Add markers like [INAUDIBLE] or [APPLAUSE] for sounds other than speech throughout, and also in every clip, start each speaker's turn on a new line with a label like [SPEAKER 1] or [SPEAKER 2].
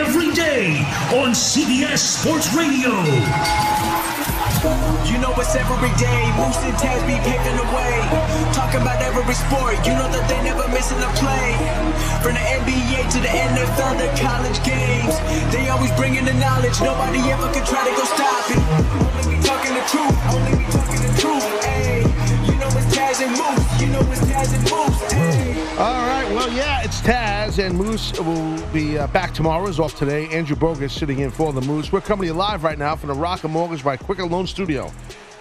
[SPEAKER 1] every day on CBS Sports Radio.
[SPEAKER 2] You know it's every day. Moose and Taz be paving the way. Talking about every sport. You know that they never missing a play. From the NBA to the NFL to college games. They always bringing the knowledge. Nobody ever can try to go stop it. Only we talking the truth. Only we talking the truth. Ayy. You know it's Taz and Moose. You know it's Taz and Moose. Ayy.
[SPEAKER 3] All right, well, yeah, it's Taz and Moose will be uh, back tomorrow. Is off today. Andrew Bogus sitting in for the Moose. We're coming to you live right now from the Rock and Mortgage by Quicker Loan Studio.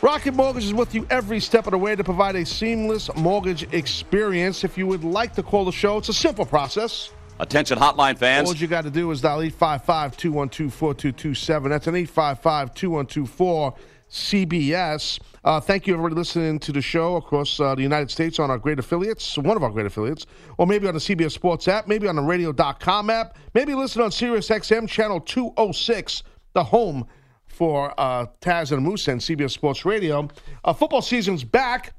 [SPEAKER 3] Rocket Mortgage is with you every step of the way to provide a seamless mortgage experience. If you would like to call the show, it's a simple process.
[SPEAKER 4] Attention hotline fans.
[SPEAKER 3] All you got to do is dial 855 212 4227. That's an 855 2124 CBS. Uh, thank you, everybody, listening to the show across uh, the United States on our great affiliates, one of our great affiliates, or maybe on the CBS Sports app, maybe on the radio.com app, maybe listen on Sirius XM channel 206, the home for uh, Taz and Moose and CBS Sports Radio. Uh, football season's back,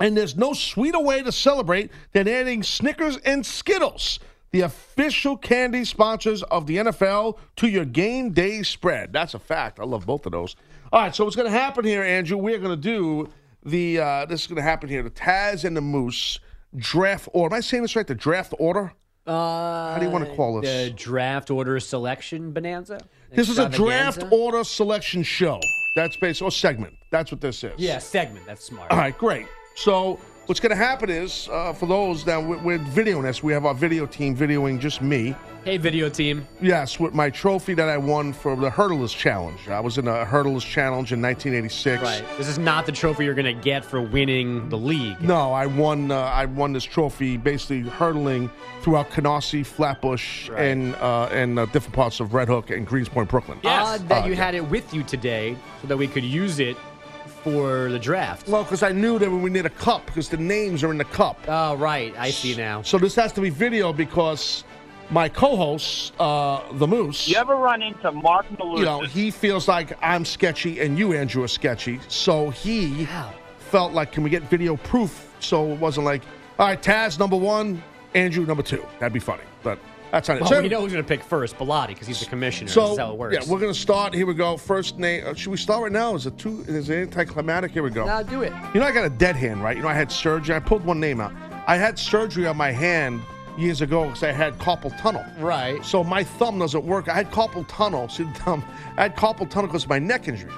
[SPEAKER 3] and there's no sweeter way to celebrate than adding Snickers and Skittles, the official candy sponsors of the NFL, to your game day spread. That's a fact. I love both of those. All right, so what's going to happen here, Andrew? We're going to do the uh, this is going to happen here the Taz and the Moose draft order. Am I saying this right? The draft order.
[SPEAKER 5] Uh,
[SPEAKER 3] How do you want to call this?
[SPEAKER 5] The draft order selection bonanza.
[SPEAKER 3] This is a draft order selection show. That's based or segment. That's what this is.
[SPEAKER 5] Yeah, segment. That's smart.
[SPEAKER 3] All right, great. So what's going to happen is uh, for those that we're, we're videoing this, we have our video team videoing just me.
[SPEAKER 5] Hey, video team.
[SPEAKER 3] Yes, with my trophy that I won for the hurdlers challenge. I was in a hurdlers challenge in 1986.
[SPEAKER 5] Right. This is not the trophy you're going to get for winning the league.
[SPEAKER 3] No, I won. Uh, I won this trophy basically hurdling throughout Canarsie, Flatbush,
[SPEAKER 5] Right.
[SPEAKER 3] and uh, and uh, different parts of Red Hook and Greens Point, Brooklyn.
[SPEAKER 5] Odd that
[SPEAKER 3] Uh,
[SPEAKER 5] you
[SPEAKER 3] yeah.
[SPEAKER 5] had it with you today, so that we could use it for the draft.
[SPEAKER 3] Well, because I knew that we would need a cup because the names are in the cup.
[SPEAKER 5] oh, right. I see now.
[SPEAKER 3] So this has to be video because my co-host, uh, the Moose,
[SPEAKER 6] You ever run into Mark Malusis?
[SPEAKER 3] you know, he feels like I'm sketchy and you, Andrew, are sketchy. So he
[SPEAKER 5] Wow.
[SPEAKER 3] felt like, can we get video proof? So it wasn't like, all right, Taz number one, Andrew number two. That'd be funny, but that's not it.
[SPEAKER 5] Well,
[SPEAKER 3] So-
[SPEAKER 5] we know who's going to pick first, Bilotti, because he's the commissioner.
[SPEAKER 3] so
[SPEAKER 5] That's how it works.
[SPEAKER 3] yeah, we're gonna start. Here we go. First name. uh, should we start right now? Is it too? Is it anticlimactic? Here we go.
[SPEAKER 5] Nah, do it.
[SPEAKER 3] You know, I got a dead hand, right? You know, I had surgery. I pulled one name out. I had surgery on my hand years ago because I had carpal tunnel.
[SPEAKER 5] Right.
[SPEAKER 3] So my thumb doesn't work. I had carpal tunnel. [LAUGHS] See the thumb? I had carpal tunnel because of my neck injury.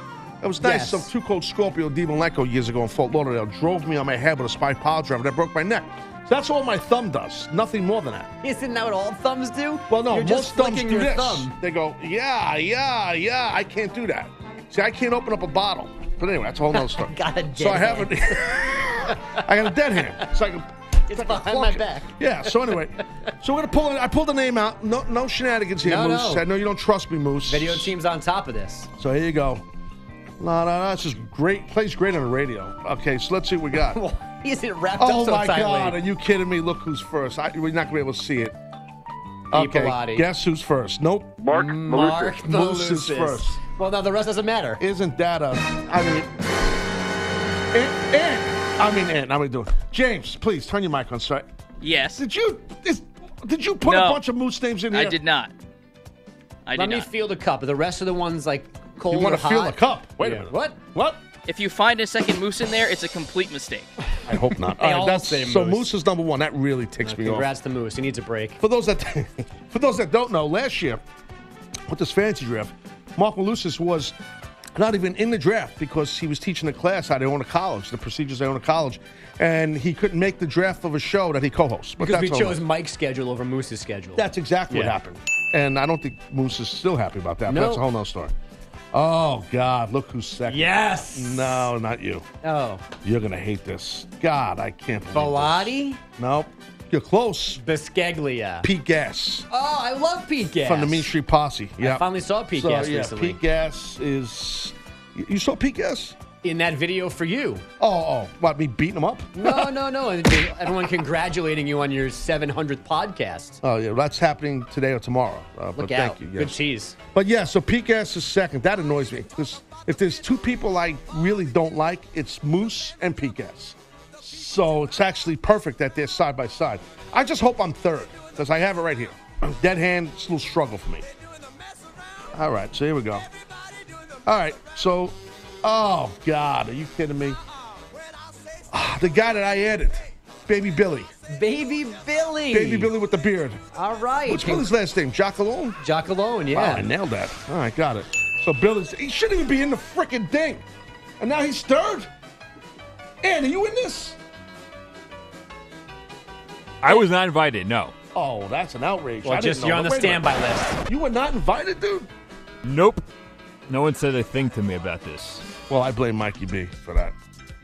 [SPEAKER 3] It was nice.
[SPEAKER 5] Yes.
[SPEAKER 3] Some two cold Scorpio Dimalenko years ago in Fort Lauderdale drove me on my head with a spine power driver that broke my neck. So that's all my thumb does. Nothing more than that.
[SPEAKER 5] Isn't that what all thumbs do?
[SPEAKER 3] Well, no,
[SPEAKER 5] You're
[SPEAKER 3] most
[SPEAKER 5] just
[SPEAKER 3] thumbs
[SPEAKER 5] flicking
[SPEAKER 3] do
[SPEAKER 5] your
[SPEAKER 3] this.
[SPEAKER 5] thumb.
[SPEAKER 3] They go, yeah, yeah, yeah. I can't do that. See, I can't open up a bottle. But anyway, that's a whole nother story.
[SPEAKER 5] [LAUGHS] Got a
[SPEAKER 3] so I
[SPEAKER 5] dead
[SPEAKER 3] haven't. [LAUGHS] I got a dead hand. So I can.
[SPEAKER 5] It's
[SPEAKER 3] I can
[SPEAKER 5] behind my
[SPEAKER 3] pluck it.
[SPEAKER 5] back.
[SPEAKER 3] Yeah. So
[SPEAKER 5] [LAUGHS]
[SPEAKER 3] anyway, so we're gonna pull. it. I pulled the name out. No, no shenanigans here,
[SPEAKER 5] No,
[SPEAKER 3] Moose.
[SPEAKER 5] no.
[SPEAKER 3] I know you don't trust me, Moose.
[SPEAKER 5] Video team's on top of this.
[SPEAKER 3] So here you go. La la la. This is great. Plays great on the radio. Okay, so let's see what we
[SPEAKER 5] [LAUGHS]
[SPEAKER 3] got.
[SPEAKER 5] Is it wrapped
[SPEAKER 3] oh
[SPEAKER 5] up so
[SPEAKER 3] my
[SPEAKER 5] tightly?
[SPEAKER 3] God! Are you kidding me? Look who's first. I, we're not gonna be able to see it. Okay.
[SPEAKER 5] Pilates.
[SPEAKER 3] Guess who's first? Nope.
[SPEAKER 6] Mark
[SPEAKER 5] Mark
[SPEAKER 6] Malusis.
[SPEAKER 5] the
[SPEAKER 3] Moose is
[SPEAKER 5] Lucis.
[SPEAKER 3] first.
[SPEAKER 5] Well, now the rest doesn't matter.
[SPEAKER 3] Isn't that a? I mean, and, and I mean, eh, and I'm gonna do it. James, please turn your mic on. Sorry.
[SPEAKER 7] Yes,
[SPEAKER 3] Did you is, did you put a
[SPEAKER 7] No.
[SPEAKER 3] bunch of moose names in here?
[SPEAKER 7] I did not. I
[SPEAKER 5] Let
[SPEAKER 7] did
[SPEAKER 5] me
[SPEAKER 7] not.
[SPEAKER 5] feel the cup. Are the rest of the ones like cold
[SPEAKER 3] You want
[SPEAKER 5] or
[SPEAKER 3] to
[SPEAKER 5] hot?
[SPEAKER 3] feel the cup? Wait
[SPEAKER 5] Yeah.
[SPEAKER 3] a minute.
[SPEAKER 5] What?
[SPEAKER 3] What?
[SPEAKER 4] If you find a second moose in there, it's a complete mistake.
[SPEAKER 3] I hope not.
[SPEAKER 5] They
[SPEAKER 3] All right,
[SPEAKER 5] all
[SPEAKER 3] that's-
[SPEAKER 5] say
[SPEAKER 3] so
[SPEAKER 5] Moose. Uh,
[SPEAKER 3] Moose is number one. That really ticks me off.
[SPEAKER 5] Congrats to Moose. He needs a break.
[SPEAKER 3] For those that [LAUGHS] for those that don't know, last year with this fantasy draft, Mark Malusis was not even in the draft because he was teaching a class how to own a college, the procedures they own a college, and he couldn't make the draft of a show that he co-hosts. But
[SPEAKER 5] Because we
[SPEAKER 3] that's all right.
[SPEAKER 5] chose Mike's schedule over Moose's schedule.
[SPEAKER 3] That's exactly what
[SPEAKER 5] Yeah.
[SPEAKER 3] happened. And I don't think Moose is still happy about that. But
[SPEAKER 5] No.
[SPEAKER 3] that's a whole nother story. Oh God, look who's second.
[SPEAKER 5] yes.
[SPEAKER 3] No, not you.
[SPEAKER 5] Oh,
[SPEAKER 3] You're gonna hate this. God, I can't believe
[SPEAKER 5] Bellotti,
[SPEAKER 3] this. Nope. You're close.
[SPEAKER 5] Bisceglia.
[SPEAKER 3] Pete Gas
[SPEAKER 5] Oh, I love Pete Gas
[SPEAKER 3] from the Mean Street Posse. Yeah.
[SPEAKER 5] I finally saw Pete
[SPEAKER 3] so,
[SPEAKER 5] Gas
[SPEAKER 3] yeah,
[SPEAKER 5] recently
[SPEAKER 3] Pete Gas is. you- You saw Pete Gas?
[SPEAKER 5] in that video for you.
[SPEAKER 3] Oh, oh, what? Me beating him up?
[SPEAKER 5] [LAUGHS] No, no, no. and Everyone congratulating you on your 700th podcast.
[SPEAKER 3] Oh, yeah. That's happening today or tomorrow. Uh, but
[SPEAKER 5] Look
[SPEAKER 3] thank
[SPEAKER 5] out.
[SPEAKER 3] you.
[SPEAKER 5] Good
[SPEAKER 3] Yes.
[SPEAKER 5] cheese.
[SPEAKER 3] But yeah, so Pete Gas is second. That annoys me. 'cause if there's two people I really don't like, it's Moose and Pete Gas. So it's actually perfect that they're side by side. I just hope I'm third because I have it right here. Dead hand, it's a little struggle for me. All right, so here we go. All right, so, oh God, are you kidding me? Ah, The guy that I added, Baby Billy,
[SPEAKER 5] Baby Billy.
[SPEAKER 3] Baby Billy with the beard.
[SPEAKER 5] All right.
[SPEAKER 3] What's Billy's last name? Jackalone.
[SPEAKER 5] Jock alone,
[SPEAKER 3] Wow,
[SPEAKER 5] yeah.
[SPEAKER 3] I nailed that. All right, got it. So Billy's, he shouldn't even be in the freaking thing. And now he's third? Ann, are you in this?
[SPEAKER 7] I was not invited. No.
[SPEAKER 3] Oh, that's an outrage. I
[SPEAKER 5] well,
[SPEAKER 3] didn't
[SPEAKER 5] just
[SPEAKER 3] know
[SPEAKER 5] you're on
[SPEAKER 3] that.
[SPEAKER 5] the
[SPEAKER 3] Wait a minute.
[SPEAKER 5] standby list.
[SPEAKER 3] You were not invited, dude?
[SPEAKER 7] Nope. No one said a thing to me about this.
[SPEAKER 3] Well, I blame Mikey B for that.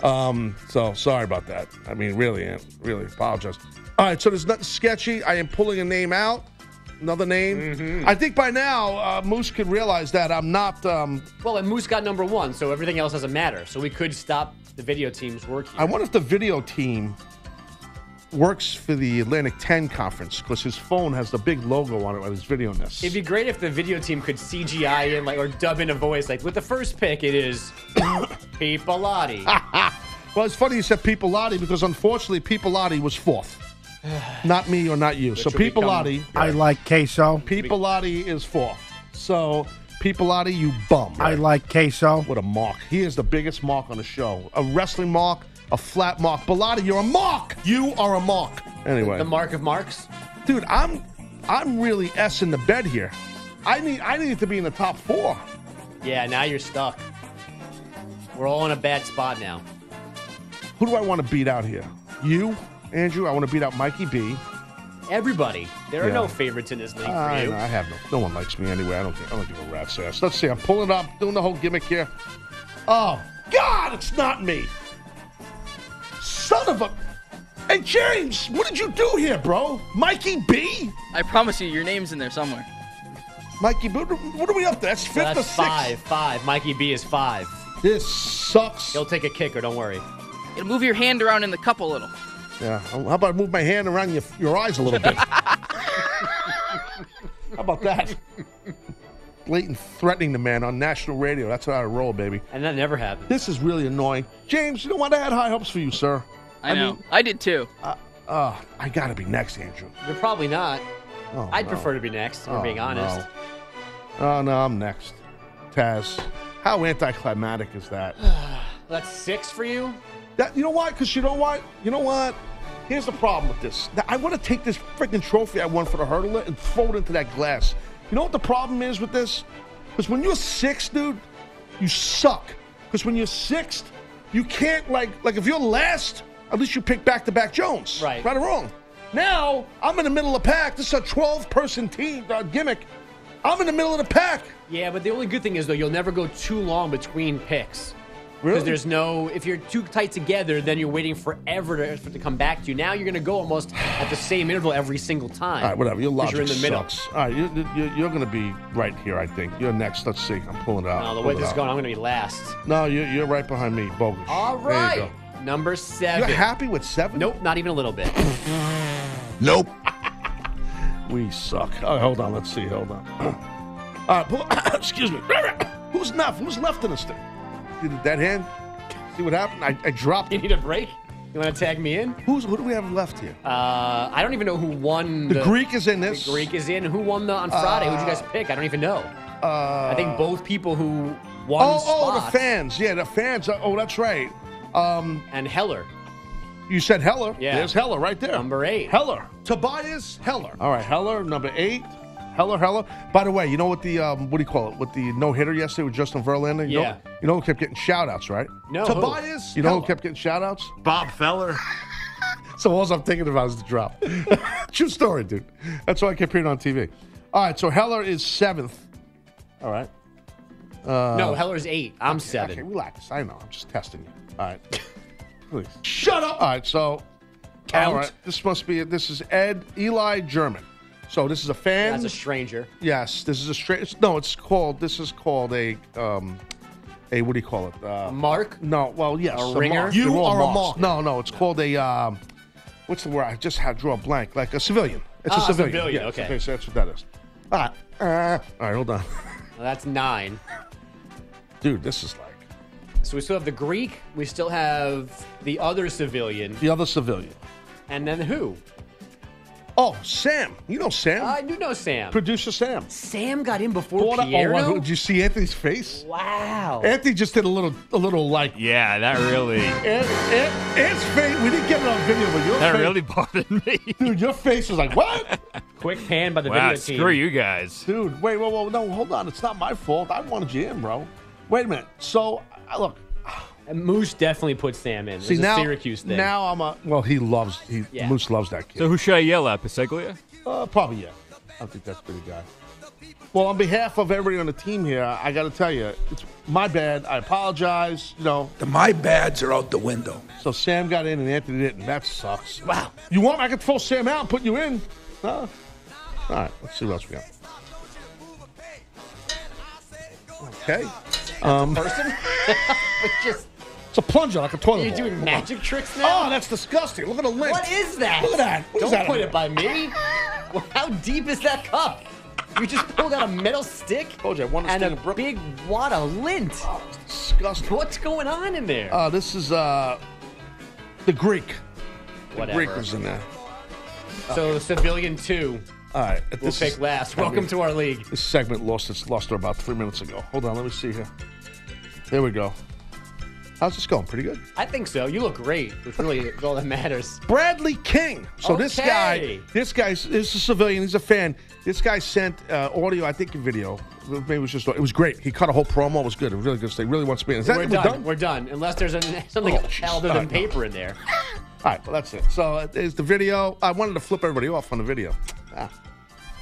[SPEAKER 3] Um, so sorry about that. I mean, really, Ann, really apologize. All right, so there's nothing sketchy. I am pulling a name out, another name. I think by now uh, Moose could realize that I'm not. Um,
[SPEAKER 5] Well, and Moose got number one, so everything else doesn't matter. So we could stop the video team's work here.
[SPEAKER 3] I wonder if the video team works for the Atlantic 10 conference because his phone has the big logo on it with his video nest.
[SPEAKER 5] It'd be great if the video team could CGI in like or dub in a voice like with the first pick
[SPEAKER 3] [COUGHS]
[SPEAKER 5] it is Pete Bellotti.
[SPEAKER 3] Ah. well, it's funny you said Peopleotti because unfortunately Peopleotti was fourth. not me or not you. so
[SPEAKER 5] will become-
[SPEAKER 3] Peopleotti,
[SPEAKER 8] I like queso.
[SPEAKER 3] Peopleotti is fourth. So Peopleotti, you bum.
[SPEAKER 8] I like queso.
[SPEAKER 3] What a mark. He is the biggest mark on the show. A wrestling mark, a flat mark. Bellotti, you're a mark. You are a mark. Anyway.
[SPEAKER 5] The Mark of Marks.
[SPEAKER 3] dude, I'm I'm really s in the bed here. I need I need to be in the top four.
[SPEAKER 5] Yeah, now you're stuck. We're all in a bad spot now.
[SPEAKER 3] Who do I want to beat out here? You, Andrew. I want to beat out Mikey B.
[SPEAKER 5] Everybody. There are
[SPEAKER 3] Yeah.
[SPEAKER 5] no favorites in this league
[SPEAKER 3] I,
[SPEAKER 5] for you.
[SPEAKER 3] know, I have no. No one likes me anyway. I don't. care. I don't give a rat's ass. Let's see. I'm pulling up, doing the whole gimmick here. Oh God, it's not me. Son of a. Hey James, what did you do here, bro? Mikey B.
[SPEAKER 4] I promise you, your name's in there somewhere.
[SPEAKER 3] Mikey B. What are we up to? That's
[SPEAKER 5] So
[SPEAKER 3] fifth or
[SPEAKER 5] that's
[SPEAKER 3] sixth.
[SPEAKER 5] five. Five. Mikey B is five.
[SPEAKER 3] This sucks.
[SPEAKER 5] He'll take a kicker, don't worry.
[SPEAKER 4] It'll move your hand around in the cup a little.
[SPEAKER 3] Yeah. How about I move my hand around your, your eyes a little bit? How about that? Blatant threatening the man on national radio. That's how I roll, baby.
[SPEAKER 5] And that never happened.
[SPEAKER 3] This is really annoying. James, you know what? I had high hopes for you, sir.
[SPEAKER 4] I, know.
[SPEAKER 3] mean-
[SPEAKER 4] I did too.
[SPEAKER 3] Uh, I got to be next, Andrew.
[SPEAKER 5] You're probably not.
[SPEAKER 3] Oh,
[SPEAKER 5] I'd
[SPEAKER 3] no.
[SPEAKER 5] prefer to be next, if we're
[SPEAKER 3] Oh,
[SPEAKER 5] being honest.
[SPEAKER 3] No. Oh, no, I'm next. Taz, how anticlimactic is that?
[SPEAKER 5] That's six for you?
[SPEAKER 3] that you know why? Because you know what? You know what? Here's the problem with this. Now, I want to take this freaking trophy I won for the hurdler and throw it into that glass. You know what the problem is with this? Because when you're sixth, dude, you suck. Because when you're sixth, you can't like like if you're last, at least you pick back to back Jones.
[SPEAKER 5] Right.
[SPEAKER 3] Right or wrong. Now I'm in the middle of the pack. This is a 12 person team uh, gimmick. I'm in the middle of the pack.
[SPEAKER 5] Yeah, but the only good thing is though you'll never go too long between picks.
[SPEAKER 3] Really?
[SPEAKER 5] Because there's no, if you're too tight together, then you're waiting forever to, for it to come back to you. Now you're going to go almost at the same interval every single time.
[SPEAKER 3] All right, whatever. Your
[SPEAKER 5] 'Cause
[SPEAKER 3] logic
[SPEAKER 5] you're in the middle.
[SPEAKER 3] sucks. All right, you, you, you're going to be right here, I think. You're next. Let's see. I'm pulling it out.
[SPEAKER 5] No, the
[SPEAKER 3] Pull
[SPEAKER 5] way
[SPEAKER 3] it
[SPEAKER 5] this is
[SPEAKER 3] out.
[SPEAKER 5] going, I'm going to be last.
[SPEAKER 3] No, you're, you're right behind me, bogus.
[SPEAKER 5] All
[SPEAKER 3] There you
[SPEAKER 5] right.
[SPEAKER 3] go.
[SPEAKER 5] Number
[SPEAKER 3] You're
[SPEAKER 5] seven.
[SPEAKER 3] happy with seven?
[SPEAKER 5] nope, not even a little bit. [LAUGHS]
[SPEAKER 7] Nope.
[SPEAKER 3] [LAUGHS] We suck. All right, hold on. Let's see. Hold on. [CLEARS THROAT] All right, pull, [COUGHS] excuse me. Who's left? Who's left in this thing? See the dead hand? See what happened? I, I dropped
[SPEAKER 5] you
[SPEAKER 3] it.
[SPEAKER 5] need a break? You want to tag me in?
[SPEAKER 3] Who's, who do we have left here?
[SPEAKER 5] Uh, I don't even know who won.
[SPEAKER 3] the, Greek is in this.
[SPEAKER 5] The Greek is in. Who won the on Friday? Who'd you guys pick? I don't even know. I think both people who one
[SPEAKER 3] Uh, Oh, oh,
[SPEAKER 5] spot.
[SPEAKER 3] the fans. Yeah, the fans. Oh, that's right. Um,
[SPEAKER 5] And Heller.
[SPEAKER 3] you said Heller.
[SPEAKER 5] Yeah.
[SPEAKER 3] There's Heller right there.
[SPEAKER 5] Number eight.
[SPEAKER 3] Heller. Tobias Heller. All right, Heller, number eight. Heller, Heller. By the way, you know what the um, what do you call it? With the no hitter yesterday with Justin Verlander. You
[SPEAKER 5] Yeah.
[SPEAKER 3] Know, you know who kept getting shout outs, right?
[SPEAKER 5] No. who?
[SPEAKER 9] Tobias.
[SPEAKER 3] You know
[SPEAKER 9] Heller.
[SPEAKER 3] who kept getting shout outs?
[SPEAKER 9] Bob Feller.
[SPEAKER 3] [LAUGHS] So all I'm thinking about is the drop. [LAUGHS] True story, dude. That's why I kept hearing it on TV. All right, so Heller is seventh. All right.
[SPEAKER 5] no, Heller's eight. I'm seven.
[SPEAKER 3] Uh, Okay, relax. I know. I'm just testing you. All [LAUGHS] right. Please. Shut up. All right, so
[SPEAKER 5] Count.
[SPEAKER 3] all right, this must be it. This is Ed Eli German. So this is a fan.
[SPEAKER 5] That's a stranger.
[SPEAKER 3] Yes, this is a straight. No, it's called. This is called a um, a what do you call it? Uh,
[SPEAKER 5] Mark.
[SPEAKER 3] no, well, yes,
[SPEAKER 5] A ringer?
[SPEAKER 3] mark.
[SPEAKER 9] You
[SPEAKER 3] They're all
[SPEAKER 9] are a
[SPEAKER 3] marks.
[SPEAKER 9] mark.
[SPEAKER 3] No, no, it's called a um, what's the word? I just had drew a blank, like a civilian. It's a
[SPEAKER 5] Ah,
[SPEAKER 3] civilian.
[SPEAKER 5] civilian,
[SPEAKER 3] Yes,
[SPEAKER 5] okay.
[SPEAKER 3] so that's what that is. All right, uh, all right, hold on, [LAUGHS]
[SPEAKER 5] Now that's nine.
[SPEAKER 3] dude. This is like
[SPEAKER 5] So we still have the Greek. We still have the other civilian.
[SPEAKER 3] the other civilian.
[SPEAKER 5] And then who?
[SPEAKER 3] Oh, Sam. You know Sam,
[SPEAKER 5] I do know Sam.
[SPEAKER 3] producer Sam.
[SPEAKER 5] Sam got in
[SPEAKER 3] Oh,
[SPEAKER 5] before
[SPEAKER 3] wow,
[SPEAKER 5] Pierre.
[SPEAKER 3] did you see Anthony's face?
[SPEAKER 5] wow.
[SPEAKER 3] Anthony just did a little, a little like.
[SPEAKER 7] Yeah, that
[SPEAKER 3] [LAUGHS]
[SPEAKER 7] really,
[SPEAKER 3] Ant, Ant, Ant's face. We didn't get it on video, but your
[SPEAKER 7] that
[SPEAKER 3] face,
[SPEAKER 7] really bothered me.
[SPEAKER 3] [LAUGHS] dude, your face was like what?
[SPEAKER 5] Quick pan by the
[SPEAKER 7] Wow,
[SPEAKER 5] video team.
[SPEAKER 7] screw you guys.
[SPEAKER 3] Dude, wait, whoa, whoa, no, hold on. It's not my fault. I wanted you in, bro. Wait a minute. So, I- look,
[SPEAKER 5] And Moose definitely put Sam in. This
[SPEAKER 3] see
[SPEAKER 5] is
[SPEAKER 3] now,
[SPEAKER 5] a Syracuse thing.
[SPEAKER 3] now I'm a. Well, he loves. He
[SPEAKER 5] Yeah.
[SPEAKER 3] Moose loves that kid.
[SPEAKER 7] So who should I yell at, Piseglia?
[SPEAKER 3] uh, probably yeah. I think that's pretty guy. Well, on behalf of everybody on the team here, I got to tell you, it's my bad. I apologize. You know,
[SPEAKER 1] My bads are out the window.
[SPEAKER 3] so Sam got in and Anthony didn't. That sucks. Wow. You want? I could throw Sam out and put you in. No. All right. Let's see what else we got. Okay.
[SPEAKER 5] person. [LAUGHS] But just
[SPEAKER 3] It's a plunger like a toilet.
[SPEAKER 5] you're
[SPEAKER 3] bowl.
[SPEAKER 5] doing magic tricks now.
[SPEAKER 3] Oh, that's disgusting. Look at the lint.
[SPEAKER 5] what is that?
[SPEAKER 3] Look at that. What is
[SPEAKER 5] Don't
[SPEAKER 3] that?
[SPEAKER 5] put it by me. Well, How deep is that cup? You just pulled out a metal stick
[SPEAKER 3] Told you, I won this
[SPEAKER 5] and
[SPEAKER 3] thing
[SPEAKER 5] a
[SPEAKER 3] in Brooklyn.
[SPEAKER 5] big wad of lint.
[SPEAKER 3] Disgusting.
[SPEAKER 5] What's going on in there?
[SPEAKER 3] Uh, this is uh, the Greek. Greek
[SPEAKER 5] Whatever.
[SPEAKER 3] was in there.
[SPEAKER 5] So civilian two
[SPEAKER 3] All right. This
[SPEAKER 5] will
[SPEAKER 3] is-
[SPEAKER 5] pick last. Welcome to our league.
[SPEAKER 3] This segment lost its luster about three minutes ago. Hold on, let me see here. There we go. How's this going? Pretty good.
[SPEAKER 5] I think so. You look great, which really is all that matters.
[SPEAKER 3] Bradley King. So this guy,
[SPEAKER 5] Okay.
[SPEAKER 3] this guy's this is a civilian. He's a fan. This guy sent uh, audio, I think, and video. Maybe it was just it was great. He cut a whole promo. It was good. It was really good. They really want to be. Is that
[SPEAKER 5] We're
[SPEAKER 3] we're
[SPEAKER 5] done. We're done. Unless there's an, something
[SPEAKER 3] Oh, jeez.
[SPEAKER 5] other
[SPEAKER 3] All
[SPEAKER 5] than
[SPEAKER 3] right, no.
[SPEAKER 5] paper in there.
[SPEAKER 3] All right, well, that's it. So uh, there's the video. I wanted to flip everybody off on the video. Ah,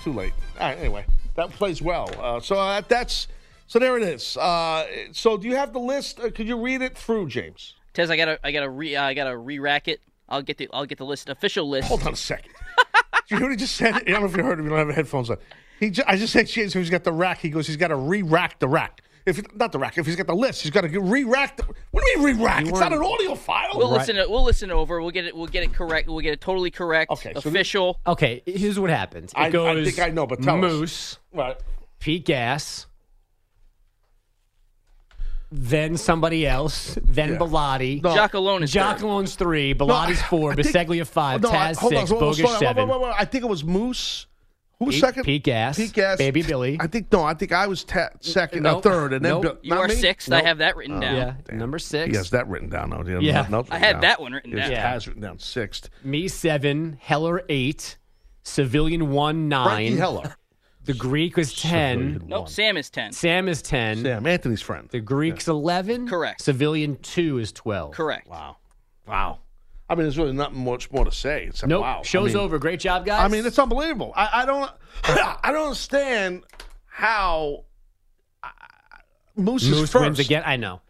[SPEAKER 3] too late. All right, anyway, that plays well. Uh, so uh, that's so there it is. Uh, so do you have the list? Uh, could you read it through, James?
[SPEAKER 4] Tez, I gotta, I gotta re, I gotta re-rack it. I'll get the, I'll get the list, official list.
[SPEAKER 3] Hold on a second. [LAUGHS] Did you hear what he just said? I don't know if you heard him. You don't have headphones on. He, ju- I just said, James, he's got the rack. He goes, he's got to re-rack the rack. If not the rack, if he's got the list, he's got to re-rack. The, what do you mean re-rack? It's not an audio file.
[SPEAKER 4] We'll listen. To, we'll listen over. We'll get it. We'll get it correct. We'll get it totally correct.
[SPEAKER 3] Okay, so this-
[SPEAKER 4] official.
[SPEAKER 5] Okay, here's what happens. It
[SPEAKER 3] I- I
[SPEAKER 5] goes
[SPEAKER 3] think I know, but tell us.
[SPEAKER 5] Moose,
[SPEAKER 3] Right.
[SPEAKER 5] Pete Gas, then somebody else, then
[SPEAKER 3] Yeah.
[SPEAKER 5] Bilotti.
[SPEAKER 4] Jackalone is third.
[SPEAKER 5] Jackalon's three, Bilotti's four,
[SPEAKER 3] I think-
[SPEAKER 5] Biseglia five,
[SPEAKER 3] No, I-
[SPEAKER 5] Taz
[SPEAKER 3] hold on,
[SPEAKER 5] six,
[SPEAKER 3] hold on,
[SPEAKER 5] Bogus
[SPEAKER 3] slow down. Wait,
[SPEAKER 5] seven.
[SPEAKER 3] wait, wait, wait. I think it was Moose. Who was
[SPEAKER 5] Pete-
[SPEAKER 3] second?
[SPEAKER 5] Pete Gas,
[SPEAKER 3] Pete Gas.
[SPEAKER 5] Baby Billy.
[SPEAKER 3] I think no. I think I was ta- second or
[SPEAKER 5] Nope.
[SPEAKER 3] third, and then
[SPEAKER 5] Nope.
[SPEAKER 3] Bill-
[SPEAKER 4] You
[SPEAKER 3] not
[SPEAKER 4] are
[SPEAKER 3] me?
[SPEAKER 4] sixth. I have that written down.
[SPEAKER 5] Uh, Yeah, number six.
[SPEAKER 3] He has that written down. though. Yeah,
[SPEAKER 5] Yeah.
[SPEAKER 3] nothing else
[SPEAKER 4] I
[SPEAKER 3] written
[SPEAKER 4] had
[SPEAKER 3] down.
[SPEAKER 4] that one written
[SPEAKER 3] He has
[SPEAKER 4] down.
[SPEAKER 3] Taz written down sixth.
[SPEAKER 5] Me seven, Heller eight, Civilian one nine.
[SPEAKER 3] Frankie Heller.
[SPEAKER 5] The Greek was ten.
[SPEAKER 3] Civilian
[SPEAKER 4] Nope.
[SPEAKER 3] one.
[SPEAKER 4] Sam is ten.
[SPEAKER 5] Sam is ten.
[SPEAKER 3] Sam Anthony's friend.
[SPEAKER 5] The Greek's eleven.
[SPEAKER 4] Correct.
[SPEAKER 5] Civilian two is twelve.
[SPEAKER 4] Correct.
[SPEAKER 3] Wow. Wow. I mean, there's really not much more to say. Except,
[SPEAKER 5] Nope.
[SPEAKER 3] wow. I
[SPEAKER 5] Show's
[SPEAKER 3] mean-
[SPEAKER 5] over. Great job, guys.
[SPEAKER 3] I mean, it's unbelievable. I, I don't. [LAUGHS] I don't understand how I- I- Moose, is
[SPEAKER 5] Moose
[SPEAKER 3] first.
[SPEAKER 5] wins again. I know.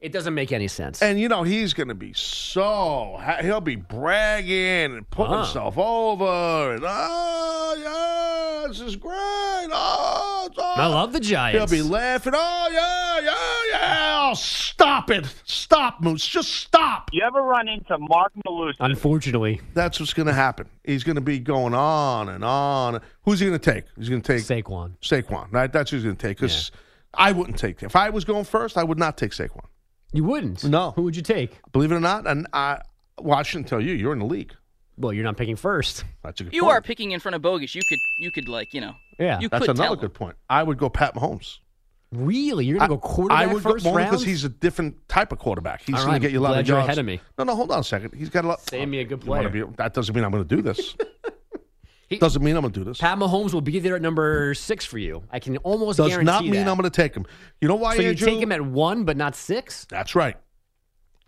[SPEAKER 5] It doesn't make any sense.
[SPEAKER 3] And you know he's going to be so he'll be bragging and putting
[SPEAKER 5] Huh.
[SPEAKER 3] himself over and oh yeah this is great oh, it's
[SPEAKER 5] I
[SPEAKER 3] awesome."
[SPEAKER 5] love the
[SPEAKER 3] he'll
[SPEAKER 5] Giants.
[SPEAKER 3] be laughing oh yeah yeah yeah oh, stop it stop Moose just stop
[SPEAKER 6] You ever run into Mark Malusi?
[SPEAKER 5] Unfortunately,
[SPEAKER 3] that's what's going to happen he's going to be going on and on who's he going to take he's going to take
[SPEAKER 5] Saquon.
[SPEAKER 3] Saquon right that's who he's going to take because I wouldn't take if I was going first I would not take Saquon
[SPEAKER 5] You wouldn't.
[SPEAKER 3] No.
[SPEAKER 5] Who would you take?
[SPEAKER 3] believe it or not and I well I shouldn't tell you you're in the league.
[SPEAKER 5] Well, you're not picking first.
[SPEAKER 3] That's a good
[SPEAKER 4] You
[SPEAKER 3] point.
[SPEAKER 4] are picking in front of bogus. You could, you could like, you know,
[SPEAKER 5] Yeah.
[SPEAKER 4] you
[SPEAKER 3] That's
[SPEAKER 4] could
[SPEAKER 3] another
[SPEAKER 4] tell.
[SPEAKER 3] good point. I would go Pat Mahomes.
[SPEAKER 5] Really? You're going to go quarterback
[SPEAKER 3] I would
[SPEAKER 5] first
[SPEAKER 3] go only
[SPEAKER 5] round?
[SPEAKER 3] because he's a different type of quarterback. He's
[SPEAKER 5] All right,
[SPEAKER 3] going to get you a lot
[SPEAKER 5] glad
[SPEAKER 3] of
[SPEAKER 5] you're
[SPEAKER 3] yards.
[SPEAKER 5] ahead of me.
[SPEAKER 3] No, no, hold on a second. He's got a lot.
[SPEAKER 5] Saved me a good
[SPEAKER 3] You wanna
[SPEAKER 5] player.
[SPEAKER 3] be- that doesn't mean I'm going to do this.
[SPEAKER 5] [LAUGHS] He-
[SPEAKER 3] doesn't mean I'm going to do this.
[SPEAKER 5] Pat Mahomes will be there at number six for you. I can almost
[SPEAKER 3] Does
[SPEAKER 5] guarantee
[SPEAKER 3] not mean
[SPEAKER 5] that.
[SPEAKER 3] I'm going to take him. You know why?
[SPEAKER 5] so you
[SPEAKER 3] Andrew?
[SPEAKER 5] take him at one, but not six?
[SPEAKER 3] That's right.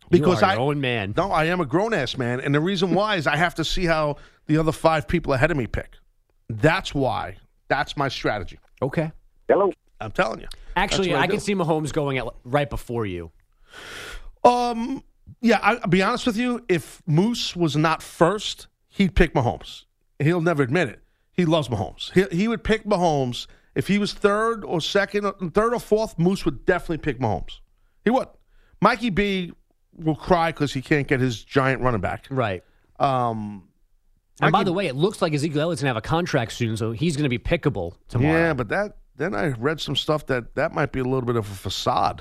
[SPEAKER 5] You
[SPEAKER 3] Because
[SPEAKER 5] are
[SPEAKER 3] I
[SPEAKER 5] your own man.
[SPEAKER 3] no, I am a grown ass man, and the reason why is I have to see how the other five people ahead of me pick. That's why. That's my strategy.
[SPEAKER 5] Okay.
[SPEAKER 6] Hello.
[SPEAKER 3] I'm telling you.
[SPEAKER 5] Actually,
[SPEAKER 3] what I
[SPEAKER 5] I, can
[SPEAKER 3] do.
[SPEAKER 5] see Mahomes going at right before you.
[SPEAKER 3] Um, yeah, I, I'll be honest with you. If Moose was not first, he'd pick Mahomes. He'll never admit it. He loves Mahomes. He, he would pick Mahomes if he was third or second, third or fourth. Moose would definitely pick Mahomes. He would. Mikey B will cry because he can't get his giant running back.
[SPEAKER 5] Right.
[SPEAKER 3] Um,
[SPEAKER 5] And by
[SPEAKER 3] Mikey-
[SPEAKER 5] the way, it looks like Ezekiel Elliott's going to have a contract soon, so he's going to be pickable tomorrow.
[SPEAKER 3] yeah, but that then I read some stuff that that might be a little bit of a facade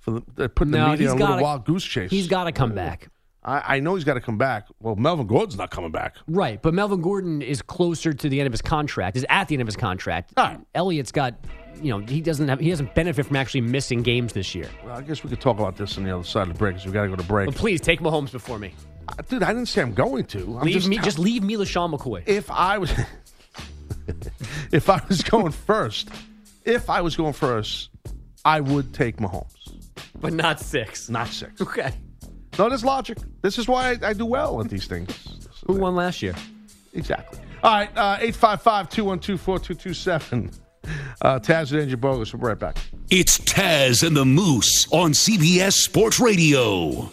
[SPEAKER 3] for the, they're putting the
[SPEAKER 5] No,
[SPEAKER 3] media
[SPEAKER 5] he's
[SPEAKER 3] on a little
[SPEAKER 5] gotta-
[SPEAKER 3] wild goose chase.
[SPEAKER 5] He's got to come back.
[SPEAKER 3] I, I know he's got to come back. Well, Melvin Gordon's not coming back.
[SPEAKER 5] Right. But Melvin Gordon is closer to the end of his contract, is at the end of his contract.
[SPEAKER 3] All right.
[SPEAKER 5] Elliott's got, you know, he doesn't have, he doesn't benefit from actually missing games this year.
[SPEAKER 3] Well, I guess we could talk about this on the other side of the break because we got to go to break.
[SPEAKER 5] But please take Mahomes before me.
[SPEAKER 3] Uh, Dude, I didn't say I'm going to. I'm
[SPEAKER 5] leave
[SPEAKER 3] just,
[SPEAKER 5] me,
[SPEAKER 3] tell-
[SPEAKER 5] just leave me LaShawn McCoy.
[SPEAKER 3] if I was, [LAUGHS] if I was going first, if I was going first, I would take Mahomes,
[SPEAKER 5] But not six.
[SPEAKER 3] not six.
[SPEAKER 5] Okay.
[SPEAKER 3] No, there's logic. This is why I, I do well at these things.
[SPEAKER 5] Who won last year?
[SPEAKER 3] Exactly. All right, uh, 855-212-4227. Uh, Taz and Andrew Bogus. We'll be right back.
[SPEAKER 1] It's Taz and the Moose on CBS Sports Radio.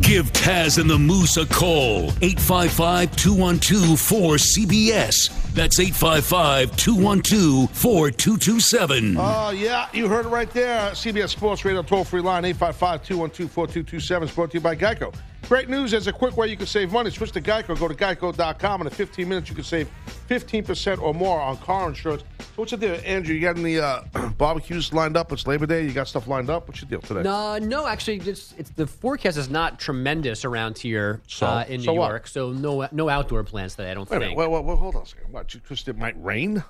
[SPEAKER 1] Give Taz and the Moose a call. 855 212 cbs That's 855 212 4227.
[SPEAKER 3] Oh, yeah, you heard it right there. CBS Sports Radio toll free line 855 212 4227 is brought to you by Geico. Great news there's a quick way you can save money. Switch to Geico. Go to geico.com, and in 15 minutes, you can save 15% or more on car insurance. So, what's your deal, Andrew? You got any uh, [CLEARS THROAT] barbecues lined up? It's Labor Day. You got stuff lined up? What's your deal today?
[SPEAKER 5] Uh, no, actually, it's, it's the forecast is not tremendous around here
[SPEAKER 3] So?
[SPEAKER 5] uh, in
[SPEAKER 3] So
[SPEAKER 5] New
[SPEAKER 3] what?
[SPEAKER 5] York. So no, no outdoor plans today. I don't
[SPEAKER 3] Wait a minute.
[SPEAKER 5] think.
[SPEAKER 3] Wait, wait, wait, hold on a second. What? you- Just it might rain?